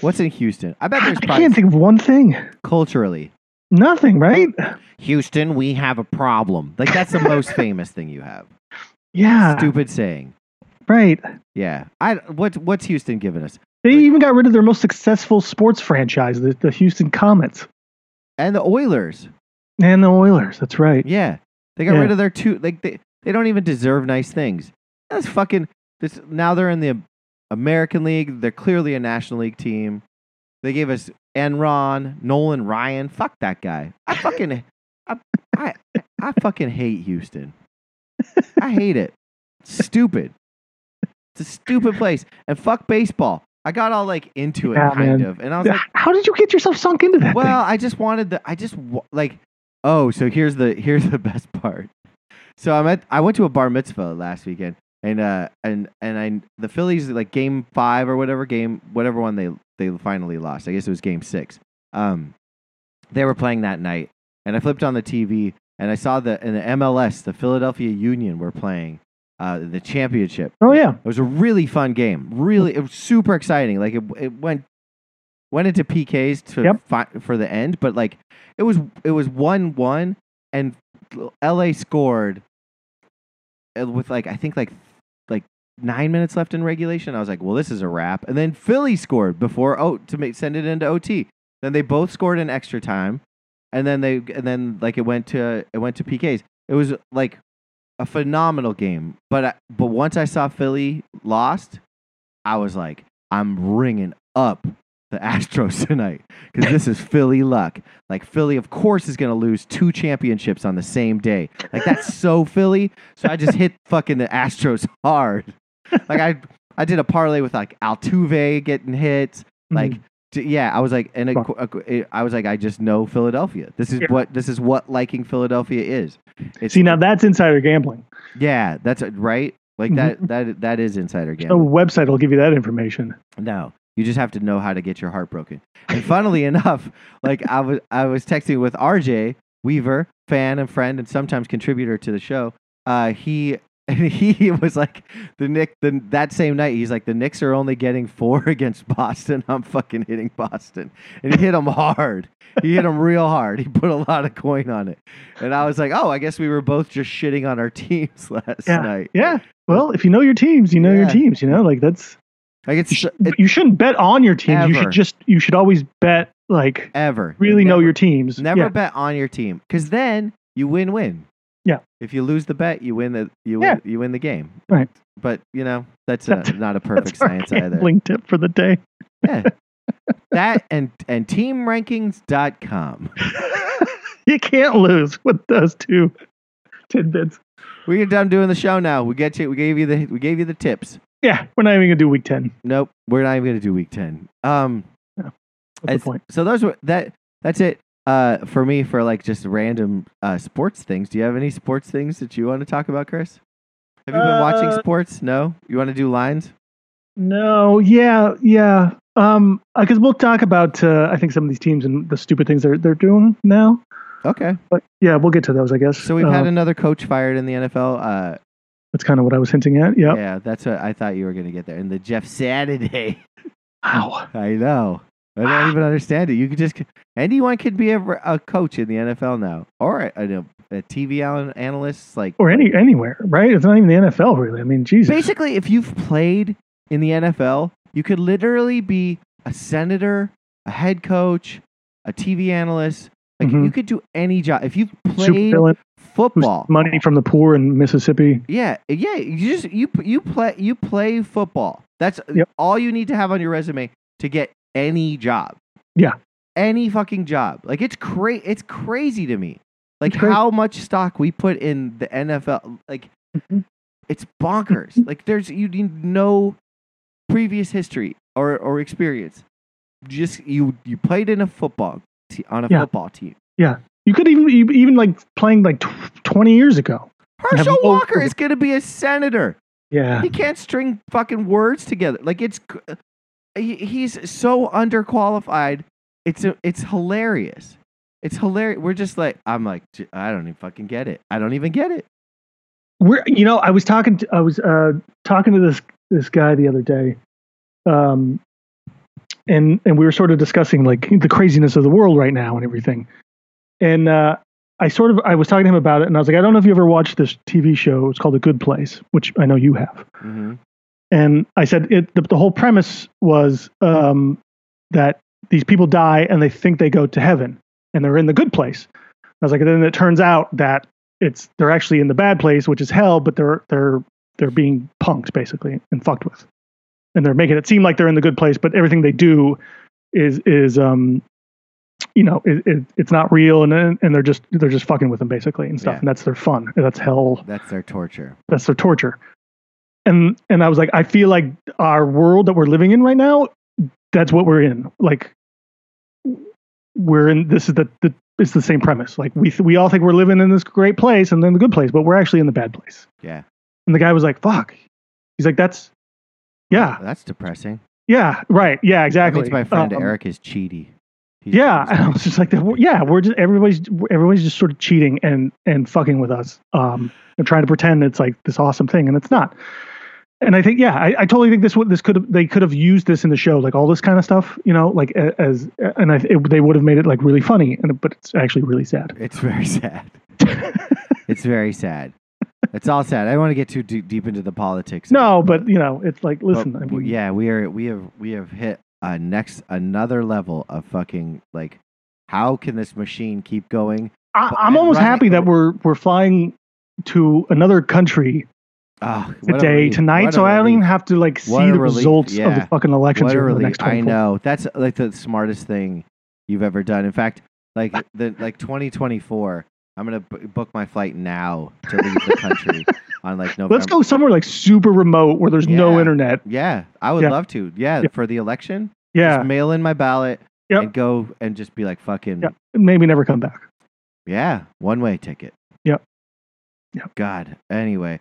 S1: What's in Houston? I bet there's
S2: I can't
S1: probably
S2: think of one thing.
S1: culturally.
S2: Nothing, right?
S1: Houston, we have a problem. Like that's the most famous thing you have.
S2: Yeah,
S1: Stupid saying.
S2: right.
S1: Yeah. I what what's Houston giving us?
S2: They even got rid of their most successful sports franchise, the, the Houston Comets
S1: And the Oilers.
S2: and the Oilers. That's right.
S1: Yeah. They got
S2: Yeah.
S1: rid of their two like they they don't even deserve nice things. That's fucking this now they're in the American League. They're clearly a National League team. They gave us Enron, Nolan Ryan. Fuck that guy. I fucking I I, I fucking hate Houston. I hate it. stupid. It's a stupid place. And fuck baseball. I got all like into it
S2: Yeah,
S1: kind
S2: man.
S1: of. And I was like
S2: How did you get yourself sunk into that?
S1: well, I just wanted the. I just wa- like. Oh, so here's the here's the best part. So I'm at. I went to a bar mitzvah last weekend, and uh, and and I the Phillies like game five or whatever game whatever one they they finally lost. I guess it was game six. Um, they were playing that night, and I flipped on the TV and I saw the in the MLS the Philadelphia Union were playing uh the championship.
S2: thing? Oh yeah,
S1: It was a really fun game. Really, it was super exciting. Like it, it went went into PKs to
S2: Yep.
S1: fi- for the end, but like it was it was one one, and LA scored uh, with like I think like like nine minutes left in regulation. I was like, well, this is a wrap. And then Philly scored before oh to make, send it into OT. Then they both scored in extra time, and then they and then like it went to it went to PKs. It was like a phenomenal game, but I, but once I saw Philly lost, I was like, I'm ringing up the Astros tonight because this is Philly luck. Like Philly, of course, is gonna lose two championships on the same day. Like that's so Philly. So I just hit fucking the Astros hard. Like I I did a parlay with like Altuve getting hits. Like
S2: Mm.
S1: d- yeah, I was like, and it,
S2: Mm-hmm. Fuck.
S1: it- I was like, I just know Philadelphia. This is
S2: Yeah.
S1: what this is what liking Philadelphia is. It's,
S2: see, now that's insider gambling.
S1: yeah, that's a- right. Like that that that is insider
S2: No
S1: gambling.
S2: website will give you that information.
S1: No. You just have to know how to get your heart broken. And funnily enough, like I was I was texting with RJ Weaver, fan and friend and sometimes contributor to the show. Uh he and he was like the Nick the, that same night he's like the Knicks are only getting 4 against Boston. I'm fucking hitting Boston. And he hit him hard. He hit him real hard. He put a lot of coin on it. And I was like, "Oh, I guess we were both just shitting on our teams last night."
S2: Yeah. Well, if you know your teams, you know your
S1: Yeah.
S2: teams. You know, like that's
S1: Like it's
S2: you, sh-
S1: it,
S2: you shouldn't bet on your teams. You
S1: Ever.
S2: should just you should always bet like
S1: ever
S2: really know
S1: Never-
S2: your teams.
S1: Never
S2: Yeah.
S1: bet on your team because then you win win.
S2: Yeah.
S1: If you lose the bet, you win the you win, you win the game.
S2: Right.
S1: But you know that's a,
S2: That's-
S1: not a perfect
S2: That's our
S1: science either.
S2: gambling tip for the day.
S1: Yeah. that and and teamrankings.com.
S2: you can't lose with those two tidbits.
S1: We get done doing the show now. We get you. We gave you the we gave you the tips.
S2: Yeah, we're not even gonna do week ten.
S1: Nope, we're not even going to do week ten. Um,
S2: That's
S1: It's-
S2: the point.
S1: So those were that. That's it. Uh, for me, for like just random uh, sports things. Do you have any sports things that you want to talk about, Chris? Have you been watching
S2: Uh,
S1: sports? No. You want to do lines?
S2: No, yeah, yeah. Um, because we'll talk about uh, I think some of these teams and the stupid things they're they're doing now.
S1: Okay.
S2: But yeah, we'll get to those, I guess.
S1: So we've
S2: Uh,
S1: had another coach fired in the NFL. Uh,
S2: that's kind of what I was hinting at. Yeah.
S1: Yeah, that's what I thought you were going to get there. And the Jeff Saturday.
S2: Wow.
S1: I know. I don't even understand it. You could just anyone could be a, a coach in the NFL now, or a, a, a TV an- analyst. Like
S2: Or any anywhere, right? It's not even the NFL, really. I mean, Jesus.
S1: Basically, if you've played in the NFL, you could literally be a senator, a head coach, a TV analyst. Like
S2: Mhm.
S1: you could do any job if you
S2: Super
S1: played
S2: villain who's
S1: football.
S2: money from the poor in Mississippi.
S1: Yeah, yeah. You just you you play you play football. That's
S2: Yep.
S1: all you need to have on your resume to get any job.
S2: Yeah.
S1: any fucking job. Like it's cra- It's crazy to me. Like
S2: It's crazy.
S1: how much stock we put in the NFL. Like
S2: Mhm.
S1: it's bonkers.
S2: Mm-hmm.
S1: like there's you need no previous history or or experience. Just you you played in a football te- on a
S2: Yeah.
S1: football team.
S2: You could even you- even like playing like tw- twenty years ago. have
S1: Herschel
S2: no-
S1: Walker is going to be a senator.
S2: Yeah.
S1: he can't string fucking words together. Like it's c- he- he's so underqualified. It's a, it's e-, hilarious. It's hilarious. We're just like I'm like "J- I don't even fucking get it. I don't even get it.
S2: We're, you know, I was talking, to, I was uh, talking to this this guy the other day, um, and and we were sort of discussing like the craziness of the world right now and everything, and uh, I sort of I was talking to him about it, and I was like, I don't know if you ever watched this TV show. It's called The Good Place, which I know you have.
S1: Mm-hmm.
S2: And I said it, the, the whole premise was um, that these people die and they think they go to heaven and they're in the good place. I was like, and then it turns out that it's they're actually in the bad place, which is hell, but they're they're they're being punked basically and fucked with, and they're making it seem like they're in the good place, but everything they do is is um you know it, it, it's not real and and they're just they're just fucking with them basically and stuff
S1: Yeah.
S2: and that's their fun and that's hell
S1: That's their torture.
S2: that's their torture and and i was like i feel like our world that we're living in right now that's what we're in like we're in this is the, the it's the same premise like we th- we all think we're living in this great place and then the good place but we're actually in the bad place
S1: Yeah.
S2: and the guy was like fuck he's like that's yeah
S1: That's depressing.
S2: yeah right yeah
S1: That
S2: exactly
S1: means my friend
S2: Um,
S1: Eric is cheaty. He's
S2: yeah,
S1: he's-
S2: I was just like, yeah, we're just everybody's everybody's just sort of cheating and and fucking with us. Um, and trying to pretend it's like this awesome thing, and it's not. And I think, yeah, I, I totally think this would this could they could have used this in the show, like all this kind of stuff, you know, like a- as and I, it, they would have made it like really funny, and but it's actually really sad.
S1: It's very sad. it's very sad. It's all sad. I don't want to get too deep, deep into the politics. of it,
S2: No, but you know, it's like listen,
S1: but
S2: I
S1: w-
S2: mean,
S1: yeah, we are. We have. We have hit a next another level of fucking like. How can this machine keep going?
S2: I,
S1: but-
S2: I'm
S1: and
S2: almost
S1: running-
S2: happy that we're we're flying to another country
S1: Ah, what a
S2: today
S1: relief.
S2: tonight,
S1: What a
S2: so I don't even
S1: relief.
S2: have to like
S1: What
S2: see
S1: a
S2: the
S1: relief,
S2: results of
S1: yeah.
S2: the fucking elections
S1: What a
S2: over the
S1: relief.
S2: next.
S1: I
S2: 24
S1: know that's like the smartest thing you've ever done. In fact, like the like 2024, I'm gonna b- book my flight now to leave the country on like November.
S2: Let's go somewhere like super remote where there's no
S1: Yeah.
S2: internet.
S1: Yeah, I would
S2: Yeah.
S1: love to. Yeah,
S2: Yeah.
S1: for the election,
S2: Yeah,
S1: just mail in my ballot
S2: Yep.
S1: and go and just be like fucking
S2: Yep. maybe never come back.
S1: yeah, one way ticket.
S2: Yep. Yep.
S1: God. Anyway.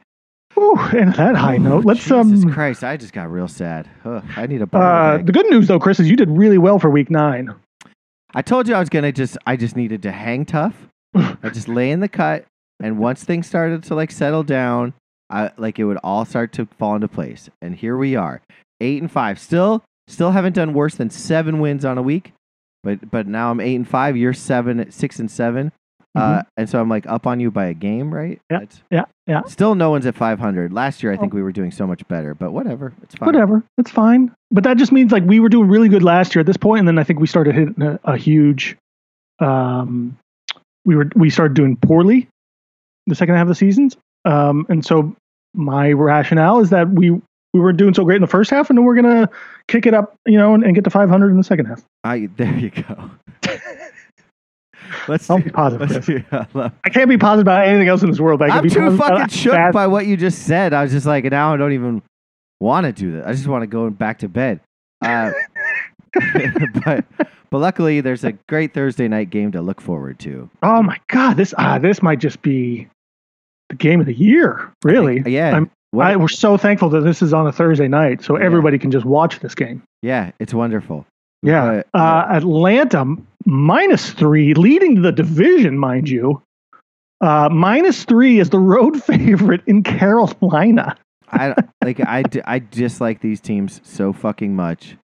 S2: Ooh, and that high note, let's
S1: Jesus
S2: um.
S1: Christ, I just got real sad. Ugh, I need a
S2: Uh,
S1: bottle.
S2: the good news though, Chris, is you did really well for week nine.
S1: I told you I was gonna just I just needed to hang tough. I just lay in the cut and once things started to like settle down, I like it would all start to fall into place. And here we are. Eight and five. Still still haven't done worse than seven wins on a week. But but now I'm eight and five, you're seven six and 7 Uh, and so I'm like up on you by a game, right?
S2: Mm-hmm. Yeah,
S1: That's-
S2: yeah, yeah. Oh.
S1: Still no one's at five hundred. Last year I think we were doing so much better, but whatever. It's fine.
S2: Whatever, that's fine. But that just means like we were doing really good last year at this point, and then I think we started hitting a, a huge. Um, we were we started doing poorly, the second half of the seasons, um, and so my rationale is that we we were doing so great in the first half, and then we're gonna kick it up, you know, and, and get to 500 in the second half.
S1: I there you go. let's
S2: I'll
S1: do,
S2: be positive.
S1: let's
S2: Chris.
S1: do, I love
S2: I can't be positive about anything else in this world. But I can
S1: I'm
S2: be
S1: too
S2: positive about
S1: fucking shook
S2: bad-
S1: by what you just said. I was just like, now I don't even want to do this. I just want to go back to bed. Uh, but but luckily, there's a great Thursday night game to look forward to.
S2: oh my god, this ah, this might just be the game of the year. Really,
S1: uh, Yeah.
S2: I'm-
S1: What-
S2: I, we're so thankful that this is on a Thursday night, so
S1: Yeah.
S2: everybody can just watch this game.
S1: yeah, it's wonderful.
S2: Yeah,
S1: Uh,
S2: uh, Atlanta m- minus three, leading the division, mind you. Uh, minus three is the road favorite in Carolina.
S1: I like I, d- I dislike these teams so fucking much.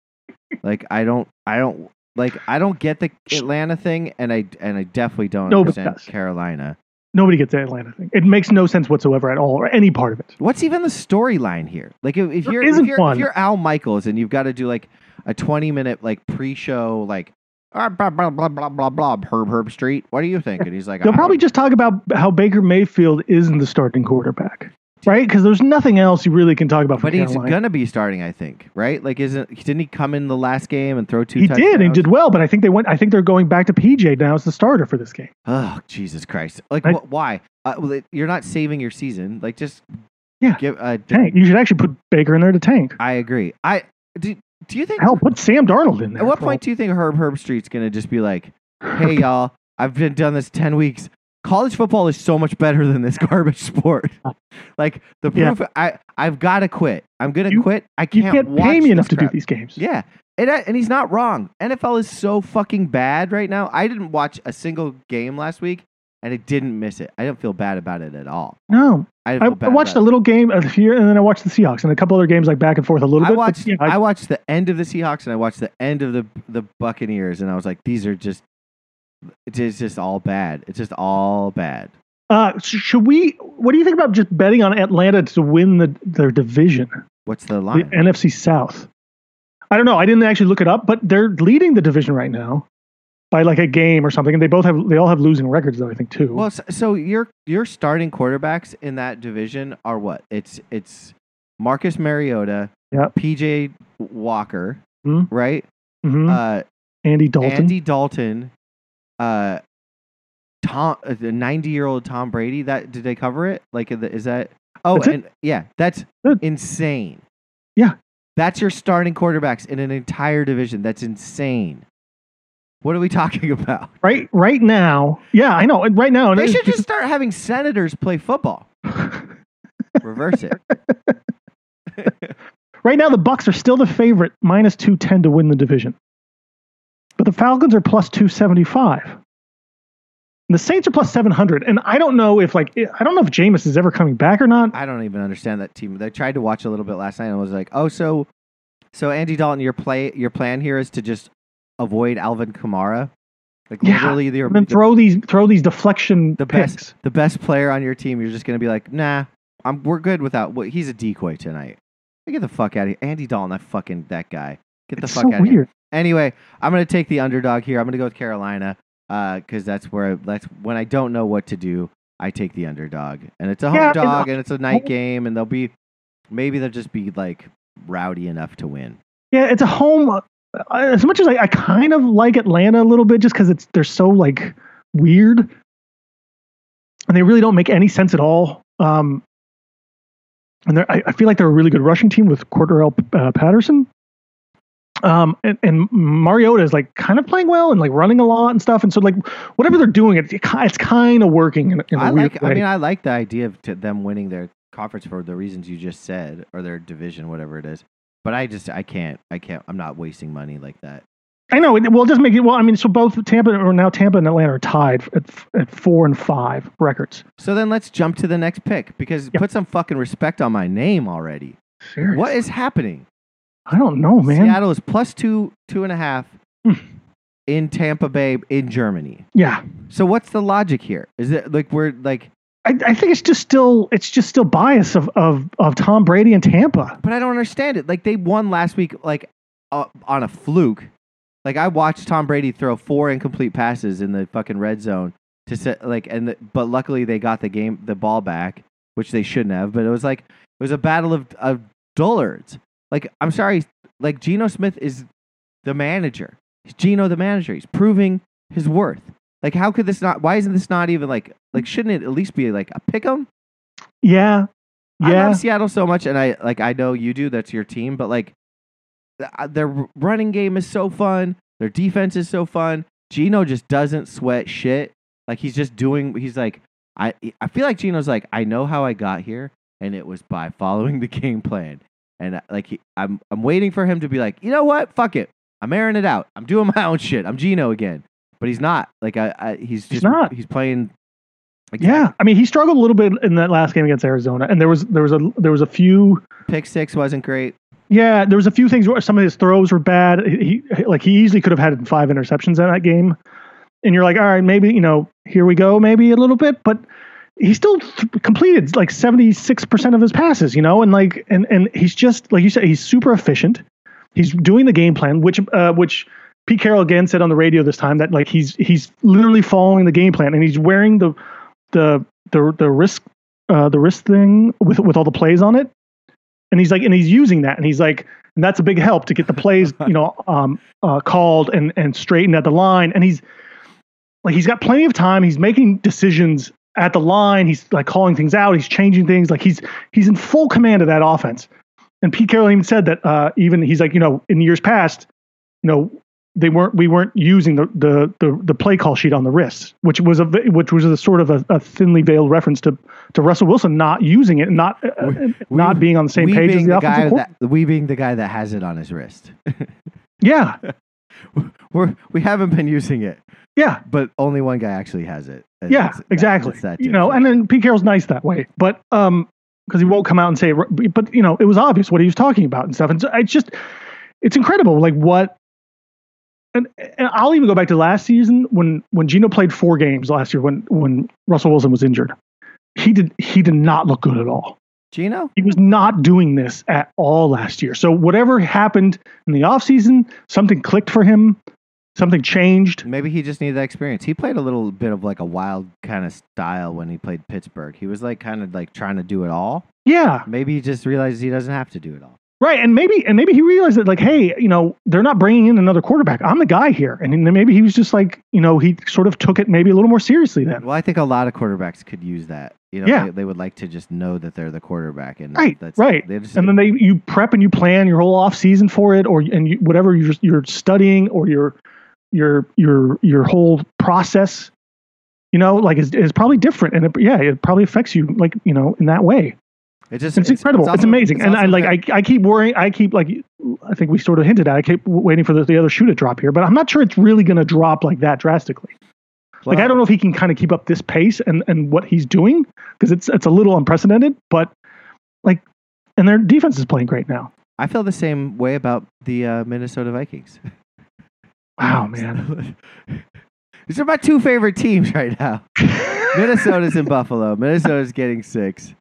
S1: Like I don't I don't like I don't get the Atlanta thing, and I and I definitely don't
S2: Nobody
S1: understand
S2: does.
S1: Carolina.
S2: Nobody gets the Atlanta thing. It makes no sense whatsoever at all, or any part of it.
S1: What's even the storyline here? Like if, if
S2: There
S1: you're
S2: isn't
S1: if you're,
S2: one.
S1: if you're Al Michaels and you've got to do like a 20 minute like pre-show like ah, blah blah blah blah blah blah Herb Herb Street. What do you think? And he's like,
S2: They'll
S1: "I
S2: probably
S1: don't-
S2: just talk about how Baker Mayfield isn't the starting quarterback, right? Because there's nothing else you really can talk about.
S1: but
S2: But
S1: he's gonna be starting, I think, right? Like, isn't didn't he come in the last game and throw two?
S2: he
S1: touchdowns?
S2: did and did well, but I think they went. I think they're going back to PJ now as the starter for this game.
S1: Oh Jesus Christ! Like,
S2: I-
S1: wh- why? Uh, well, it- you're not saving your season. Like, just
S2: Yeah.
S1: Give, uh, d-
S2: Tank, you should actually put Baker in there to tank.
S1: I agree. I do. Do you think
S2: Hell, put Sam Darnold in there.
S1: At what
S2: for
S1: point do you think Herb Herb Street's gonna just be like, "Hey y'all, I've been done this ten weeks. College football is so much better than this garbage sport. like the
S2: Yeah.
S1: proof. I I've got to quit. I'm gonna
S2: You-
S1: quit. I
S2: You
S1: can't,
S2: can't
S1: watch
S2: pay me
S1: this
S2: enough to do
S1: crap."
S2: these games.
S1: Yeah, and I- and he's not wrong. NFL is so fucking bad right now. I didn't watch a single game last week. and I didn't miss it. I don't feel bad about it at all.
S2: No,
S1: I, didn't
S2: I,
S1: feel
S2: I
S1: bad
S2: watched
S1: about
S2: a
S1: it.
S2: little game of the year, and then I watched the Seahawks and a couple other games like back and forth a little
S1: I
S2: bit. but,
S1: watched.
S2: you know,
S1: I watched the end of the Seahawks and I watched the end of the the Buccaneers, and I was like, these are just. It is just all bad. It's just all bad.
S2: uh, sh- should we? What do you think about just betting on Atlanta to win the their division,
S1: What's the
S2: the
S1: line?
S2: NFC South? I don't know. I didn't actually look it up, but they're leading the division right now by like a game or something, and they both have they all have losing records though. I think too.
S1: Well, so, so your your starting quarterbacks in that division are what? It's it's Marcus Mariota,
S2: Yep.
S1: PJ Walker,
S2: Hmm.
S1: right?
S2: Mhm.
S1: Uh,
S2: Andy Dalton.
S1: Andy Dalton, uh, Tom, uh, the ninety year old Tom Brady. That did they cover it? Like, is that- is that? Oh,
S2: That's it.
S1: and yeah, that's
S2: Good.
S1: insane.
S2: Yeah.
S1: that's your starting quarterbacks in an entire division. That's insane. What are we talking about?
S2: Right, right now. Yeah, I know. and Right now, and
S1: They
S2: it's
S1: should just start having senators play football. Reverse it.
S2: right now the Bucks are still the favorite, minus two ten to win the division. But the Falcons are plus two seventy five. The Saints are plus seven hundred, and I don't know if like I don't know if Jameis is ever coming back or not.
S1: I don't even understand that team. I tried to watch a little bit last night and was like, oh, so, so Andy Dalton, your play, your plan here is to just avoid Alvin Kamara, like
S2: Yeah,
S1: literally the,
S2: And then
S1: the,
S2: throw these throw these deflection
S1: the
S2: picks.
S1: best the best player on your team. You're just gonna be like, nah, I'm we're good without. Well, he's a decoy tonight. Get the fuck out of here, Andy Dalton. That fucking that guy. Get the
S2: It's
S1: fuck
S2: so
S1: out of here.
S2: weird.
S1: Anyway, I'm gonna take the underdog here. I'm gonna go with Carolina because that's where that's when I don't know what to do. I take the underdog, and it's a home
S2: Yeah, and-
S1: dog, and it's a night game, and they'll be maybe they'll just be like rowdy enough to win.
S2: Yeah, it's a home. uh, As much as I, I kind of like Atlanta a little bit, just because it's they're so like weird, and they really don't make any sense at all. Um, and they're, I, I feel like they're a really good rushing team with Cordell uh, Patterson. Um, and, and Mariota is like kind of playing well and like running a lot and stuff. And so like whatever they're doing, it, it, ki- it's kind of working in, in a
S1: I
S2: weird
S1: like.
S2: way.
S1: I mean, I like the idea of t- them winning their conference for the reasons you just said, or their division, whatever it is. But I just, I can't, I can't. I'm not wasting money like that.
S2: I know. It, well, it doesn't make it. Well, I mean, so both Tampa or now Tampa and Atlanta are tied at, f- at four and five records.
S1: So then let's jump to the next pick because
S2: Yeah.
S1: put some fucking respect on my name already.
S2: Seriously.
S1: What is happening?
S2: I don't know, Oh, man.
S1: Seattle is plus two, two and a half
S2: Hmm.
S1: in Tampa Bay in Germany.
S2: Yeah,
S1: So what's the logic here? Is it like we're like,
S2: I, I think it's just still it's just still bias of of of Tom Brady and Tampa.
S1: but I don't understand it. Like they won last week, like uh, on a fluke. Like I watched Tom Brady throw four incomplete passes in the fucking red zone to set like, and the, but luckily they got the game, the ball back, which they shouldn't have. But it was like it was a battle of of dullards. Like I'm sorry, like Geno Smith is the manager. He's Geno the manager. He's proving his worth. Like how could this not? Why isn't this not even like like? Shouldn't it at least be like a pick 'em?
S2: Yeah,
S1: I
S2: yeah,
S1: love Seattle so much, and I like I know you do. That's your team, but like th- uh, their r- running game is so fun. Their defense is so fun. Gino just doesn't sweat shit. Like he's just doing. He's like I. e, I feel like Gino's like I know how I got here, and it was by following the game plan. And uh, like he, I'm, I'm waiting for him to be like, you know what? Fuck it. I'm airing it out. I'm doing my own shit. I'm Gino again. But he's not. Like I, I he's just
S2: not.
S1: He's playing. Like,
S2: yeah. I mean, he struggled a little bit in that last game against Arizona, and there was there was a there was a few
S1: Pick six wasn't great.
S2: yeah there was a few things where some of his throws were bad. He, he like he easily could have had five interceptions in that game, and you're like, all right, maybe you know here we go, maybe a little bit, but. He still th- completed like seventy six percent of his passes, you know, and like and and he's just like you said, he's super efficient. he's doing the game plan, which uh, which Pete Carroll again said on the radio this time that like he's he's literally following the game plan and he's wearing the the the the risk uh, the wrist thing with with all the plays on it, and he's like and he's using that and he's like and that's a big help to get the plays you know um uh, called and and straightened at the line and he's like he's got plenty of time he's making decisions at the line he's like calling things out he's changing things like he's he's in full command of that offense and Pete Carroll even said that uh, even he's like you know in years past, you know they weren't we weren't using the the the, the play call sheet on the wrist, which was a ve- which was a sort of a, a thinly veiled reference to to Russell Wilson not using it, and not uh,
S1: We-
S2: and not being on the same
S1: we
S2: page as
S1: being
S2: the,
S1: the,
S2: offensive
S1: guy
S2: coordinator.
S1: that we being the guy that has it on his wrist.
S2: Yeah,
S1: We're, we haven't been using it,
S2: yeah,
S1: but only one guy actually has it. It's-
S2: yeah,
S1: it's-
S2: exactly.
S1: it's that
S2: you know,
S1: different.
S2: and then Pete Carroll's nice that way, but um, because he won't come out and say, but you know, it was obvious what he was talking about and stuff. And so it's just, it's incredible, like what. And, and I'll even go back to last season when when Gino played four games last year when when Russell Wilson was injured, he did he did not look good at all.
S1: Gino.
S2: He was not doing this at all last year. So whatever happened in the offseason, something clicked for him, something changed.
S1: Maybe he just needed that experience. He played a little bit of like a wild kind of style when he played Pittsburgh. He was like kind of like trying to do it all.
S2: Yeah,
S1: Maybe he just realized he doesn't have to do it all.
S2: Right, and maybe and maybe he realized that like, hey, you know, they're not bringing in another quarterback. I'm the guy here, and then maybe he was just like, you know, he sort of took it maybe a little more seriously then.
S1: Well, I think a lot of quarterbacks could use that. You know,
S2: Yeah.
S1: they, they would like to just know that they're the quarterback and
S2: Right,
S1: that's
S2: right.
S1: They just,
S2: And then they you prep and you plan your whole off season for it, or and you, whatever you're you're studying or your your your your whole process, you know, like is is probably different, and it, yeah, it probably affects you like you know in that way.
S1: it just
S2: it's, incredible. It's,
S1: also-
S2: amazing. and I
S1: also
S2: like
S1: very-
S2: I, I keep worrying. I keep like I think we sort of hinted at. I keep waiting for the, the other shoe to drop here, but I'm not sure it's really going to drop like that drastically. like
S1: well,
S2: I don't know if he can kind of keep up this pace and and what he's doing because it's it's a little unprecedented. But like, and their defense is playing great now.
S1: I feel the same way about the uh, Minnesota Vikings.
S2: Wow, man.
S1: These are my two favorite teams right now. Minnesota's in Buffalo. Minnesota's getting six.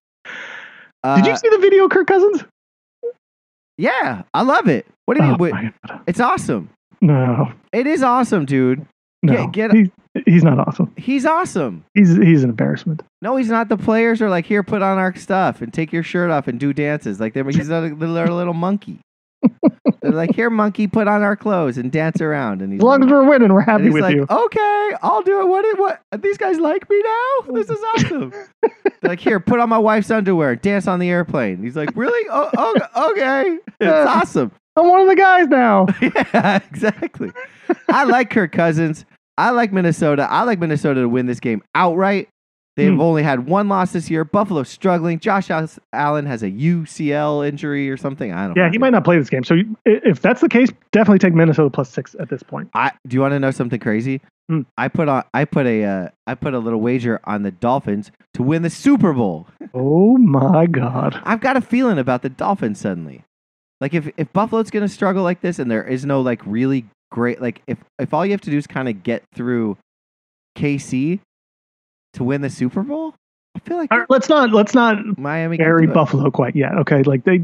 S1: Uh,
S2: Did you see the video, of Kirk Cousins?
S1: Yeah, I love it. What do you
S2: Oh,
S1: mean? Wait,
S2: my God.
S1: It's awesome.
S2: no,
S1: It is awesome, dude.
S2: no.
S1: get-
S2: He- he's not awesome.
S1: He's awesome.
S2: He's he's an embarrassment.
S1: No, he's not. The players are like, here, put on our stuff and take your shirt off and do dances. Like they're he's a little, they're a little monkey. they're like, here, monkey, put on our clothes and dance around. And he's
S2: As long
S1: like,
S2: as we're winning, we're
S1: and
S2: happy
S1: he's
S2: with
S1: like,
S2: you.
S1: okay, I'll do it. What? did- What? These guys like me now. This is awesome. They're like, here, put on my wife's underwear, dance on the airplane. He's like, really? Oh, oh okay. It's awesome.
S2: I'm one of the guys now.
S1: yeah, exactly. I like Kirk Cousins. I like Minnesota. I like Minnesota to win this game outright. They've
S2: Hmm.
S1: only had one loss this year. Buffalo's struggling. Josh Al- Allen has a UCL injury or something. I don't.
S2: Yeah,
S1: fucking-
S2: he might not play this game. So you- i- if that's the case, definitely take Minnesota plus six at this point.
S1: I do you want to know something crazy?
S2: Hmm.
S1: I put on. I put a. Uh, I put a little wager on the Dolphins to win the Super Bowl.
S2: Oh my God!
S1: I've got a feeling about the Dolphins suddenly. Like if if Buffalo's gonna struggle like this, and there is no like really great like if if all you have to do is kind of get through KC to win the Super Bowl, I feel like
S2: All right, let's not let's not
S1: Miami. can
S2: bury
S1: do it.
S2: Buffalo quite yet. Okay, like they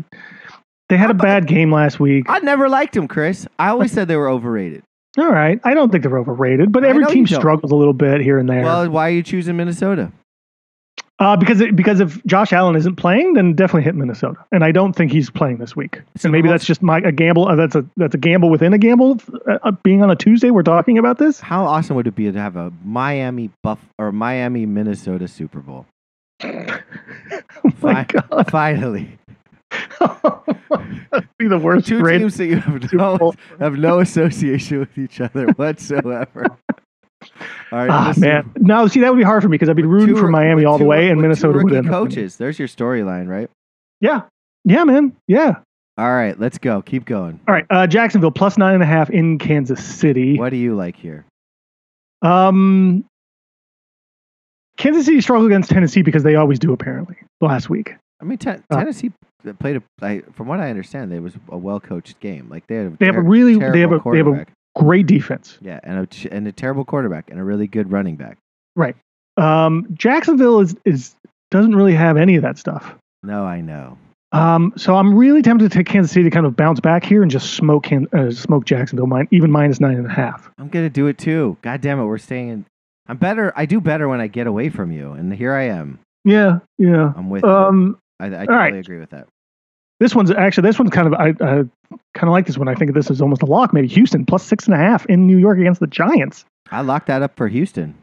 S2: they had a bad game last week.
S1: I never liked them, Chris. I always said they were overrated.
S2: All right, I don't think they're overrated, but
S1: I
S2: every
S1: know
S2: team
S1: you don't.
S2: struggles a little bit here and there.
S1: Well, why are you choosing Minnesota?
S2: uh, because it, because if Josh Allen isn't playing, then definitely hit Minnesota. And I don't think he's playing this week.
S1: Super
S2: and maybe
S1: Bowl-
S2: that's just my a gamble. Uh, that's a that's a gamble within a gamble. Uh, uh, being on a Tuesday, we're talking about this.
S1: How awesome would it be to have a Miami Buff or Miami Minnesota Super Bowl?
S2: Oh my God,
S1: Finally,
S2: that'd be the worst.
S1: two
S2: rating.
S1: teams that you have
S2: Super
S1: no
S2: Bowl.
S1: have no association with each other whatsoever. All right,
S2: Ah
S1: listen,
S2: man, no. See, that would be hard for me because I'd be rooting
S1: two
S2: for
S1: ro-
S2: Miami
S1: with
S2: all the
S1: two-
S2: way, and
S1: with two
S2: Minnesota would
S1: rookie
S2: end up winning.
S1: coaches. There's your storyline, right?
S2: Yeah, yeah, man, yeah.
S1: All right, let's go. Keep going.
S2: All right, uh, Jacksonville plus nine and a half in Kansas City.
S1: What do you like here?
S2: Um, Kansas City struggled against Tennessee because they always do. Apparently, last week.
S1: I mean, ten-
S2: Uh,
S1: Tennessee played a. I, from what I understand, it was a well-coached game. Like they had. A
S2: They have a
S1: ter-
S2: really- they
S1: terrible
S2: have a- they have a-
S1: quarterback.
S2: Great defense.
S1: yeah, and a ch- and a terrible quarterback and a really good running back.
S2: Um, Jacksonville is is doesn't really have any of that stuff.
S1: No, I know.
S2: Um, so I'm really tempted to take Kansas City to kind of bounce back here and just smoke Can- uh, smoke Jacksonville, mine even minus nine and a half.
S1: I'm gonna do it too. God damn it, we're staying. in I'm better. I do better when I get away from you, and here I am.
S2: Yeah, yeah.
S1: I'm with. you.
S2: Um,
S1: I, I totally
S2: right.
S1: agree with that.
S2: This one's actually this one's kind of I, I kind of like this one. I think this is almost a lock. Maybe Houston plus six and a half in New York against the Giants.
S1: I locked that up for Houston.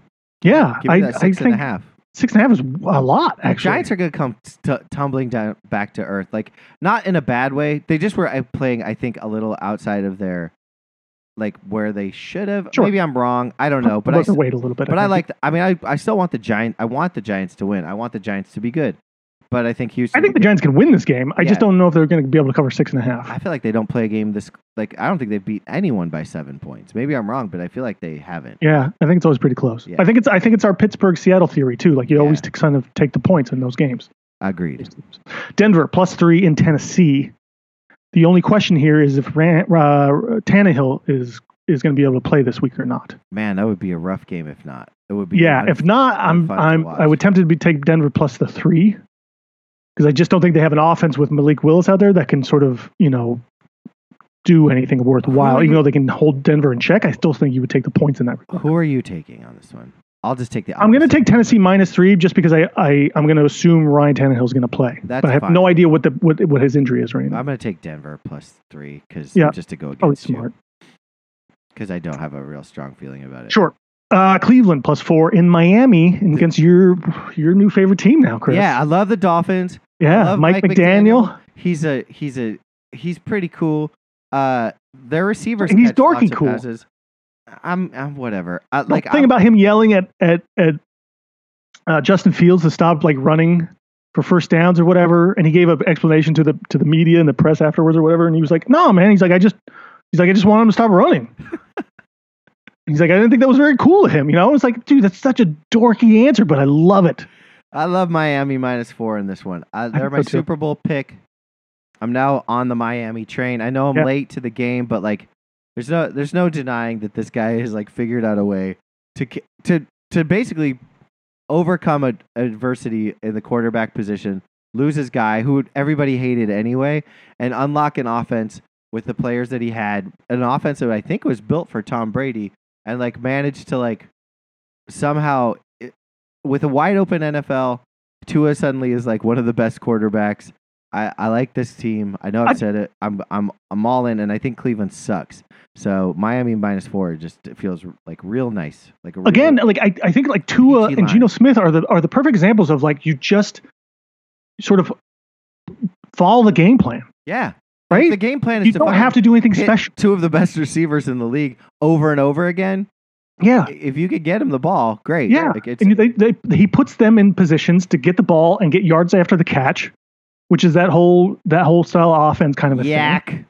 S2: Yeah,
S1: Give me
S2: I,
S1: that
S2: I
S1: six and
S2: think
S1: a half.
S2: six and a half is a lot. Actually,
S1: Giants are going to come t- tumbling down back to earth, like not in a bad way. They just were uh, playing, I think, a little outside of their like where they should have.
S2: Sure.
S1: Maybe I'm wrong. I don't know, but I,
S2: Let
S1: s-
S2: it wait a little bit.
S1: but I
S2: think.
S1: like. I mean, I I still want the Giant. I want the Giants to win. I want the Giants to be good. but I think Houston.
S2: I think the Giants can win this game. I
S1: Yeah.
S2: just don't know if they're going to be able to cover six and a half.
S1: I feel like they don't play a game this like I don't think they've beat anyone by seven points. Maybe I'm wrong, but I feel like they haven't.
S2: Yeah, I think it's always pretty close.
S1: Yeah.
S2: I think it's I think it's our Pittsburgh Seattle theory too. Like you always
S1: Yeah.
S2: t- kind of take the points in those games.
S1: Agreed.
S2: Denver plus three in Tennessee. The only question here is if Ran, uh, Tannehill is is going to be able to play this week or not.
S1: Man, that would be a rough game if not. It would be
S2: yeah,
S1: un-
S2: if not, I'm
S1: fun to
S2: I'm
S1: watch.
S2: I would tempted to be take Denver plus the three because I just don't think they have an offense with Malik Willis out there that can sort of you know do anything
S1: Who
S2: worthwhile.
S1: are
S2: Even
S1: you-
S2: though they can hold Denver in check, I still think you would take the points in that. regard.
S1: who are you taking on this one? I'll just take the
S2: I'm going to
S1: opposite.
S2: take Tennessee minus three just because I, I I'm going to assume Ryan Tannehill's going to play.
S1: That's
S2: but I have
S1: fine.
S2: no idea what the what, what his injury is right now.
S1: I'm going to take Denver plus 3 cuz
S2: Yeah.
S1: just to go
S2: Oh, he's
S1: against you
S2: smart.
S1: cuz I don't have a real strong feeling about it.
S2: Sure. Uh, Cleveland plus four in Miami and against your your new favorite team now, Chris.
S1: Yeah, I love the Dolphins. I
S2: yeah.
S1: love
S2: Mike, McDaniel,
S1: He's a he's a he's pretty cool. Uh, their receivers
S2: And he's
S1: catch lots
S2: dorky
S1: of
S2: cool.
S1: passes. I'm I'm whatever. I,
S2: The
S1: like
S2: thing
S1: I'm-
S2: about him yelling at at at uh, Justin Fields to stop like running for first downs or whatever, and he gave an explanation to the to the media and the press afterwards or whatever, and he was like, "No, man," he's like, "I just," he's like, "I just want him to stop running." he's like, "I didn't think that was very cool of him," you know. It's like, dude, that's such a dorky answer, but I love it.
S1: I love Miami minus four in this one. Uh, they're
S2: think
S1: my
S2: so, too.
S1: Super Bowl pick. I'm now on the Miami train. I know I'm
S2: Yeah.
S1: late to the game, but like, there's no there's no denying that this guy has like figured out a way to ki- to to basically overcome ad- adversity in the quarterback position, lose his guy who everybody hated anyway, and unlock an offense with the players that he had, an offense that I think was built for Tom Brady, and like managed to like somehow it- with a wide open NFL, Tua suddenly is like one of the best quarterbacks. I, I like this team. I know I've
S2: I-
S1: said it. I'm I'm I'm all in, and I think Cleveland sucks. So Miami minus four just feels like real nice. Like a real,
S2: again, like I, I think like Tua
S1: PT
S2: and
S1: line.
S2: Geno Smith are the are the perfect examples of like you just sort of follow the game plan,
S1: yeah.
S2: right?
S1: The game plan is
S2: you
S1: to
S2: don't
S1: fucking
S2: have to do anything
S1: hit
S2: special.
S1: Two of the best receivers in the league over and over again.
S2: Yeah,
S1: If you could get him the ball, great.
S2: Yeah.
S1: Like it's,
S2: and they, they, he puts them in positions to get the ball and get yards after the catch, which is that whole that whole style of offense kind of a
S1: yak.
S2: thing.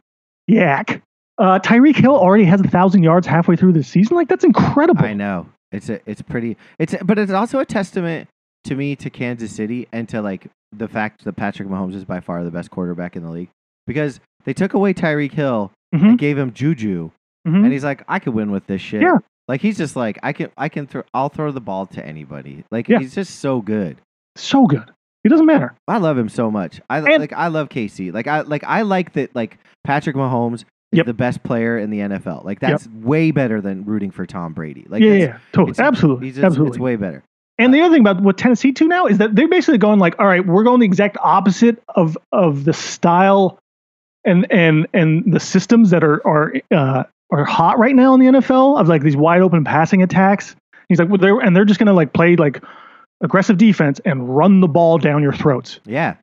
S2: Yak. Uh, Tyreek Hill already has a thousand yards halfway through the season. Like that's incredible.
S1: I know. It's a, it's pretty. It's a- but it's also a testament to me to Kansas City and to like the fact that Patrick Mahomes is by far the best quarterback in the league because they took away Tyreek Hill
S2: Mhm.
S1: and gave him Juju
S2: Mhm.
S1: and he's like I could win with this shit.
S2: Yeah.
S1: Like he's just like I can I can throw I'll throw the ball to anybody. Like
S2: Yeah.
S1: he's just so good.
S2: So good. It doesn't matter.
S1: I love him so much. I
S2: And-
S1: like I love Casey. Like I like I like that like Patrick Mahomes is
S2: Yep.
S1: the best player in the NFL. Like
S2: Yep.
S1: that's way better than rooting for Tom Brady. Like
S2: yeah, yeah,
S1: that's-
S2: yeah, totally,
S1: it's-
S2: Oh, absolutely,
S1: he's just,
S2: absolutely.
S1: it's way better.
S2: And the other thing about what Tennessee too now is that they're basically going like, all right, we're going the exact opposite of of the style and and and the systems that are are uh, are hot right now in the NFL of like these wide open passing attacks. He's like, well, they're and they're just gonna like play like aggressive defense and run the ball down your throats.
S1: Yeah.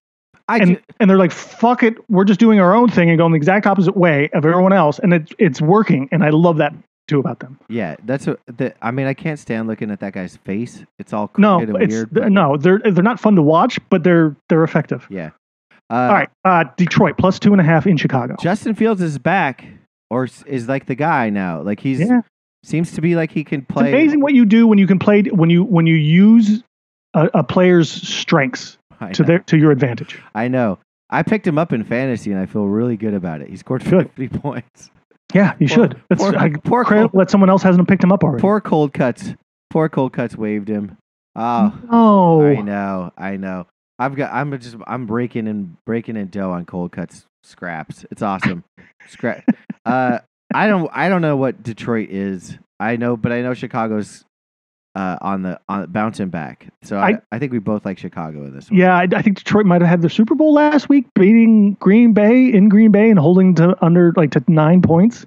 S1: I
S2: And
S1: do,
S2: and they're like, fuck it, we're just doing our own thing and going the exact opposite way of everyone else, and it, it's working. And I love that too about them.
S1: yeah, that's what the, I mean, I can't stand looking at that guy's face. It's all
S2: No,
S1: crooked and
S2: it's
S1: weird.
S2: th-
S1: but-
S2: no, they're they're not fun to watch, but they're they're effective.
S1: Yeah. Uh,
S2: All right, uh, Detroit plus two and a half in Chicago.
S1: Justin Fields is back or s- is like the guy now. Like he's
S2: Yeah.
S1: seems to be like he can
S2: It's
S1: play
S2: amazing what you do when you can play when you when you use a, a player's strengths
S1: I
S2: to
S1: know,
S2: their to your advantage.
S1: I know. I picked him up in fantasy and I feel really good about it. He scored
S2: Good.
S1: 50 points.
S2: Yeah, you
S1: Poor-
S2: should. That's
S1: poor-
S2: I,
S1: poor
S2: credit that someone else hasn't picked him up already.
S1: Poor cold cuts. Poor cold cuts waved him. Oh,
S2: oh,
S1: I know, I know. I've got. I'm just. I'm breaking and breaking in dough on cold cuts scraps. It's awesome. Scrap. Uh, I don't. I don't know what Detroit is. I know, but I know Chicago's uh, on the on bouncing back. So I, I,
S2: I-
S1: think we both like Chicago in this one.
S2: yeah. I, I think Detroit might have had their Super Bowl last week, beating Green Bay in Green Bay and holding to under like to nine points.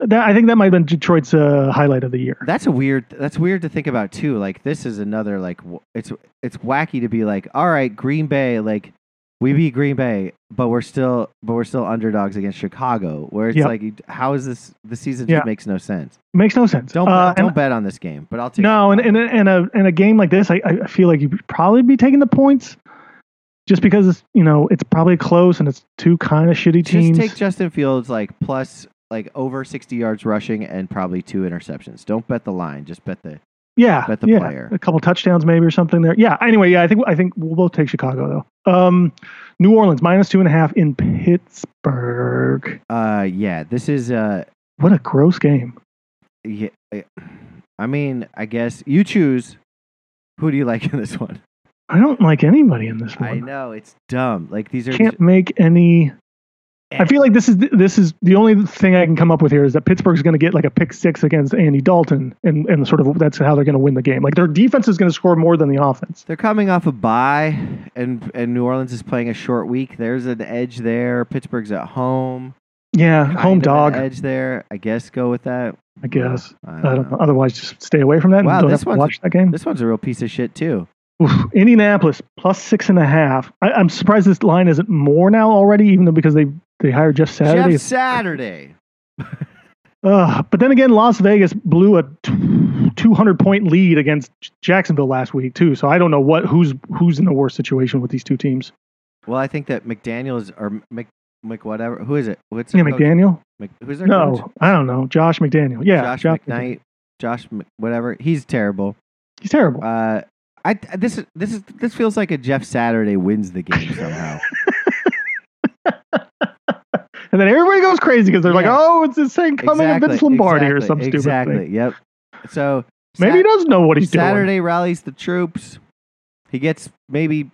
S2: That I think that might have been Detroit's uh, highlight of the year.
S1: That's a weird. That's weird to think about too. Like this is another like w- it's it's wacky to be like, all right, Green Bay, like we beat Green Bay, but we're still but we're still underdogs against Chicago. Where it's
S2: Yep.
S1: like, you- how is this? The season
S2: Yeah.
S1: just makes no sense.
S2: Makes no sense.
S1: Don't
S2: Uh,
S1: bet, don't
S2: and-
S1: bet on this game, but I'll take
S2: No, and in a, in a in a game like this, I, I feel like you'd probably be taking the points. just because you know it's probably close and it's two kind of shitty teams.
S1: Just take Justin Fields like plus like over sixty yards rushing and probably two interceptions. Don't bet the line. Just bet the
S2: yeah,
S1: bet the
S2: yeah,
S1: player.
S2: a couple touchdowns maybe or something there. Yeah. Anyway, yeah, I think I think we'll both take Chicago though. Um, New Orleans minus two and a half in Pittsburgh.
S1: Uh, yeah. This is uh,
S2: What a gross game.
S1: yeah, I- I mean, I guess you choose. Who do you like in this one?
S2: I don't like anybody in this
S1: I
S2: one.
S1: know it's dumb. Like these are.
S2: Can't make any. I feel like this is this is the only thing I can come up with here is that Pittsburgh's going to get like a pick six against Andy Dalton, and and sort of that's how they're going to win the game. Like their defense is going to score more than the offense.
S1: They're coming off a bye, and and New Orleans is playing a short week. There's an edge there. Pittsburgh's at home.
S2: Yeah,
S1: Kind
S2: home
S1: of an
S2: dog,
S1: edge there. I guess go with that.
S2: I guess.
S1: I
S2: I don't know. Otherwise, just stay away from that.
S1: Uh, Wow,
S2: and don't
S1: this
S2: have to
S1: one's-
S2: watch that game.
S1: This one's a real piece of shit too.
S2: Oof, Indianapolis plus six and a half. I, I'm surprised this line isn't more now already, even though because they they hired Jeff Saturday.
S1: Jeff Saturday.
S2: Ugh, but then again, Las Vegas blew a t- 200 point lead against Jacksonville last week too. So I don't know what who's who's in the worst situation with these two teams.
S1: Well, I think that McDaniel's or Mc, Mc whatever. Who is it? What's
S2: Yeah,
S1: their coach?
S2: McDaniel.
S1: Mc, who's their
S2: No,
S1: coach?
S2: I don't know. Josh McDaniel. Yeah,
S1: Josh, McKnight. Josh Mc, whatever. He's terrible.
S2: He's terrible.
S1: Uh, I this is this is this feels like a Jeff Saturday wins the game somehow.
S2: and then everybody goes crazy because they're like,
S1: Yeah.
S2: "Oh, it's this thing coming
S1: exactly,
S2: at Vince Lombardi or
S1: exactly,
S2: some stupid
S1: Exactly.
S2: thing."
S1: Yep. So
S2: Maybe
S1: Sat-
S2: he does know what he's doing.
S1: Saturday rallies the troops. He gets maybe.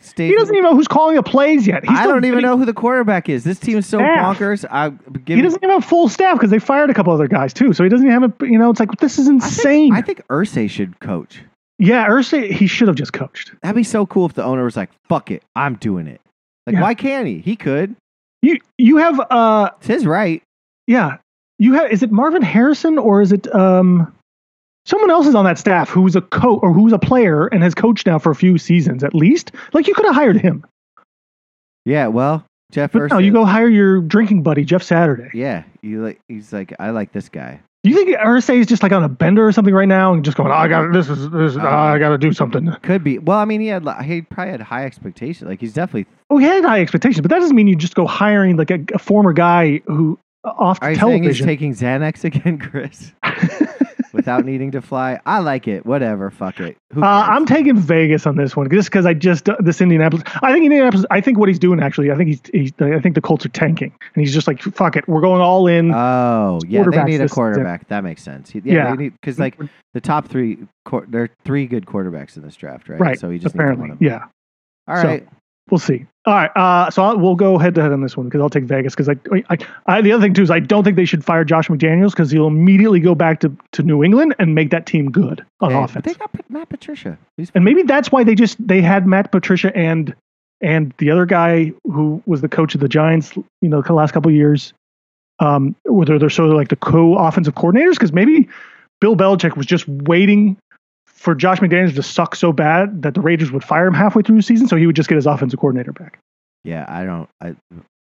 S1: Stays
S2: He doesn't even know who's calling the plays yet. He's
S1: I
S2: still
S1: don't even
S2: getting-
S1: know who the quarterback is. This team is so
S2: Staff.
S1: bonkers. I give
S2: He doesn't even have full staff because they fired a couple other guys too. So he doesn't even have a. You know, it's like this is
S1: I think-
S2: insane.
S1: I think Ursay should coach.
S2: yeah, Ursay, he should have just coached.
S1: That'd be so cool if the owner was like, "Fuck it, I'm doing it." Like,
S2: Yeah.
S1: why can't he? He could.
S2: You you have uh
S1: It's his right.
S2: yeah you have is it Marvin Harrison or is it um someone else is on that staff who's a coach or who's a player and has coached now for a few seasons at least. Like you could have hired him,
S1: Yeah. Well, Jeff
S2: but
S1: Ursay.
S2: no, you go hire your drinking buddy Jeff Saturday.
S1: Yeah. You like. He's like, I like this guy.
S2: You think Ursay is just like on a bender or something right now and just going, oh, I got to this is this I got to do something.
S1: Could be. Well, I mean, he had. li- He probably had high expectations. Like, he's definitely.
S2: Oh, he had high expectations, but that doesn't mean you just go hiring like a, a former guy who uh, off
S1: Are you saying he's
S2: television.
S1: taking Xanax again, Chris, without needing to fly? I like it. Whatever. Fuck it. Who
S2: Uh,
S1: cares?
S2: I'm taking Vegas on this one just because I just uh, this Indianapolis. I think Indianapolis. I think what he's doing actually. I think he's. he's I think the Colts are tanking, and he's just like, "Fuck it, we're going all in."
S1: Oh, yeah, they
S2: quarterbacks
S1: need a
S2: this-
S1: quarterback. That makes sense. Yeah,
S2: Yeah.
S1: they need because like the top three, quar- there are three good quarterbacks in this draft, right?
S2: Right,
S1: So he just
S2: apparently,
S1: needs one of them.
S2: yeah.
S1: All
S2: So-
S1: right.
S2: We'll see. All right. Uh, so I'll, we'll go head to head on this one because I'll take Vegas because I, I, I. The other thing too is I don't think they should fire Josh McDaniels because he'll immediately go back to to New England and make that team good on
S1: Hey, but
S2: offense.
S1: they got Pat- Matt Patricia. He's
S2: and maybe that's why they just they had Matt Patricia and and the other guy who was the coach of the Giants, you know, the last couple of years. Um, whether they're, sort of like the co-offensive coordinators, because maybe Bill Belichick was just waiting for Josh McDaniels to suck so bad that the Raiders would fire him halfway through the season, so he would just get his offensive coordinator back.
S1: yeah. I don't. I,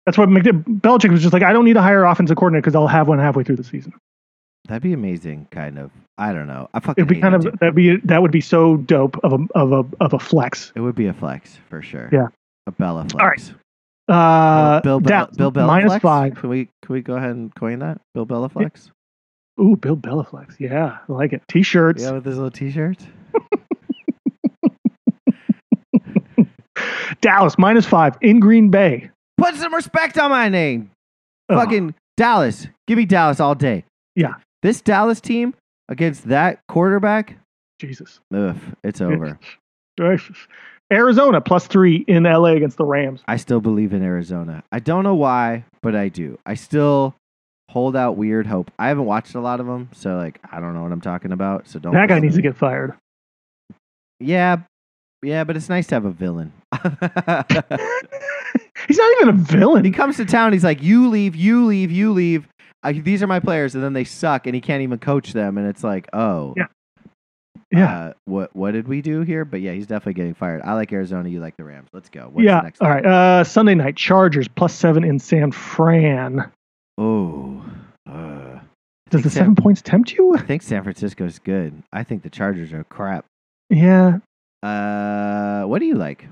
S2: That's what McD- Belichick was just like. I don't need to hire offensive coordinator because I'll have one halfway through the season.
S1: that'd be amazing. Kind of. I don't know. I fucking.
S2: It'd be
S1: hate
S2: kind
S1: that
S2: of
S1: team.
S2: that'd be that would be so dope of a of a of a flex.
S1: It would be a flex for sure.
S2: Yeah.
S1: A Bella flex.
S2: All right. Uh,
S1: Bill Bella.
S2: Dallas,
S1: Bill Bella
S2: minus
S1: flex?
S2: five.
S1: Can we can we go ahead and coin that Bill Bella flex?
S2: Ooh, Bill Bellaflex. Yeah, I like it. T-shirts.
S1: Yeah, with his little T-shirt.
S2: Dallas minus five in Green Bay. Oh,
S1: Put some respect on my name.
S2: Ugh.
S1: Fucking Dallas. Give me Dallas all day.
S2: Yeah.
S1: This Dallas team against that quarterback,
S2: Jesus.
S1: ugh, it's over.
S2: Gracious. Arizona plus three in LA against the Rams.
S1: I still believe in Arizona. I don't know why, but I do. I still hold out weird hope. I haven't watched a lot of them, so like I don't know what I'm talking about. So don't.
S2: That guy
S1: listen
S2: needs to
S1: me.
S2: get fired.
S1: Yeah, yeah, but it's nice to have a villain.
S2: He's not even a
S1: he
S2: villain.
S1: comes to town. He's like, "You leave, you leave, you leave. I, these are my players," and then they suck, and he can't even coach them. And it's like, oh,
S2: Yeah. Yeah.
S1: Uh, what what did we do here? But yeah, he's definitely getting fired. I like Arizona. You like the Rams. Let's go. What's
S2: yeah.
S1: The next
S2: All right. Uh, Sunday night Chargers plus seven in San Fran.
S1: Oh. Uh,
S2: Does
S1: San-
S2: the seven points tempt you?
S1: I think San Francisco's good. I think the Chargers are crap.
S2: Yeah.
S1: Uh, what do you like?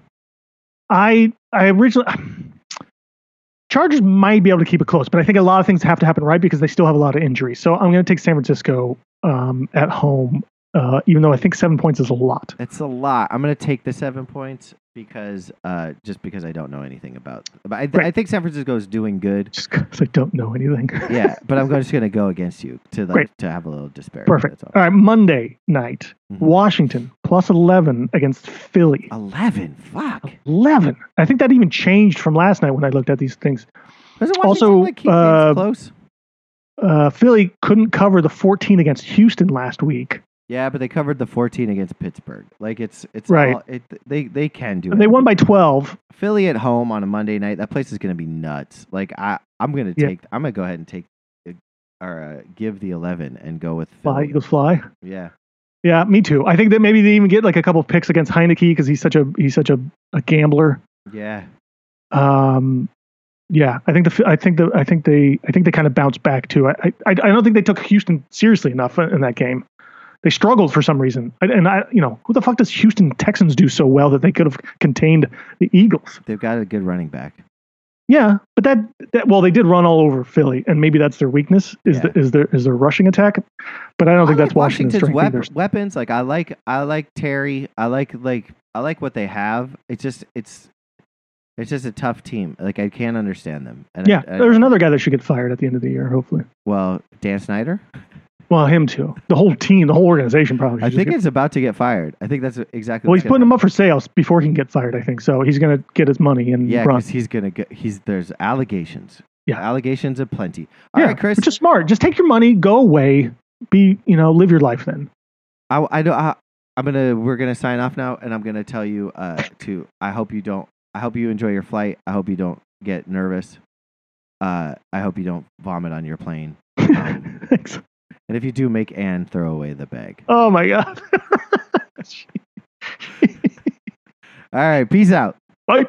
S2: I I originally Chargers might be able to keep it close, but I think a lot of things have to happen right because they still have a lot of injuries. So I'm going to take San Francisco um, at home, uh, even though I think seven points is a lot.
S1: That's a lot. I'm going to take the seven points because uh, just because I don't know anything about. But I,
S2: Right.
S1: I think San Francisco is doing good.
S2: Just because I don't know anything.
S1: Yeah, but I'm just going to go against you to like,
S2: Great.
S1: to have a little disparity.
S2: Perfect.
S1: That's all.
S2: All right, Monday night,
S1: Mhm.
S2: Washington plus eleven against Philly.
S1: Eleven.
S2: Oh.
S1: Fuck.
S2: Eleven. I think that even changed from last night when I looked at these things.
S1: Doesn't Washington
S2: Also,
S1: like, keep
S2: uh,
S1: things close?
S2: Uh, Philly couldn't cover the fourteen against Houston last week.
S1: Yeah, but they covered the 14 against Pittsburgh. Like it's it's
S2: Right.
S1: all, it, they they can do it.
S2: They won by twelve.
S1: Philly at home on a Monday night. That place is going to be nuts. Like I, I'm going to
S2: Yeah.
S1: take. I'm going to go ahead and take, uh, or uh, give the eleven and go with
S2: Fly
S1: Philly.
S2: Eagles fly.
S1: Yeah,
S2: Yeah, me too. I think that maybe they even get like a couple picks against Heineke because he's such a he's such a, a gambler.
S1: yeah.
S2: Um, yeah, I think the I think the I think they I think they kind of bounce back too. I, I I don't think they took Houston seriously enough in that game. They struggled for some reason, I, and I you know who the fuck does Houston Texans do so well that they could have contained the Eagles?
S1: They've got a good running back.
S2: Yeah, but that, that well they did run all over Philly, and maybe that's their weakness is
S1: Yeah.
S2: the, is their is their rushing attack. But I don't think
S1: I
S2: that's
S1: like
S2: Washington's, strength
S1: wep-
S2: either.
S1: weapons. Like I like I like Terry. I like like I like what they have. It's just it's it's just a tough team. Like I can't understand them. And I-
S2: Yeah,
S1: I-
S2: there's another guy that should get fired at the end of the year, hopefully.
S1: Well, Dan Snyder.
S2: Well, him too. The whole team, the whole organization probably. Should
S1: I
S2: just
S1: think
S2: get-
S1: it's about to get fired. I think that's exactly.
S2: well,
S1: what's
S2: he's
S1: gonna
S2: putting him up for sales before he can get fired. I think so. He's gonna get his money and
S1: Yeah,
S2: run.
S1: because he's gonna go, he's there's allegations.
S2: Yeah.
S1: allegations of plenty. All right,
S2: yeah,
S1: Chris.
S2: which is smart. Just take your money, go away, be you know, live your life. Then
S1: I I don't. I, I'm gonna we're gonna sign off now, and I'm gonna tell you uh to I hope you don't. I hope you enjoy your flight. I hope you don't get nervous. Uh, I hope you don't vomit on your plane. Um,
S2: thanks.
S1: and if you do, make Anne throw away the bag.
S2: Oh my god.
S1: All right, peace out.
S2: Bye.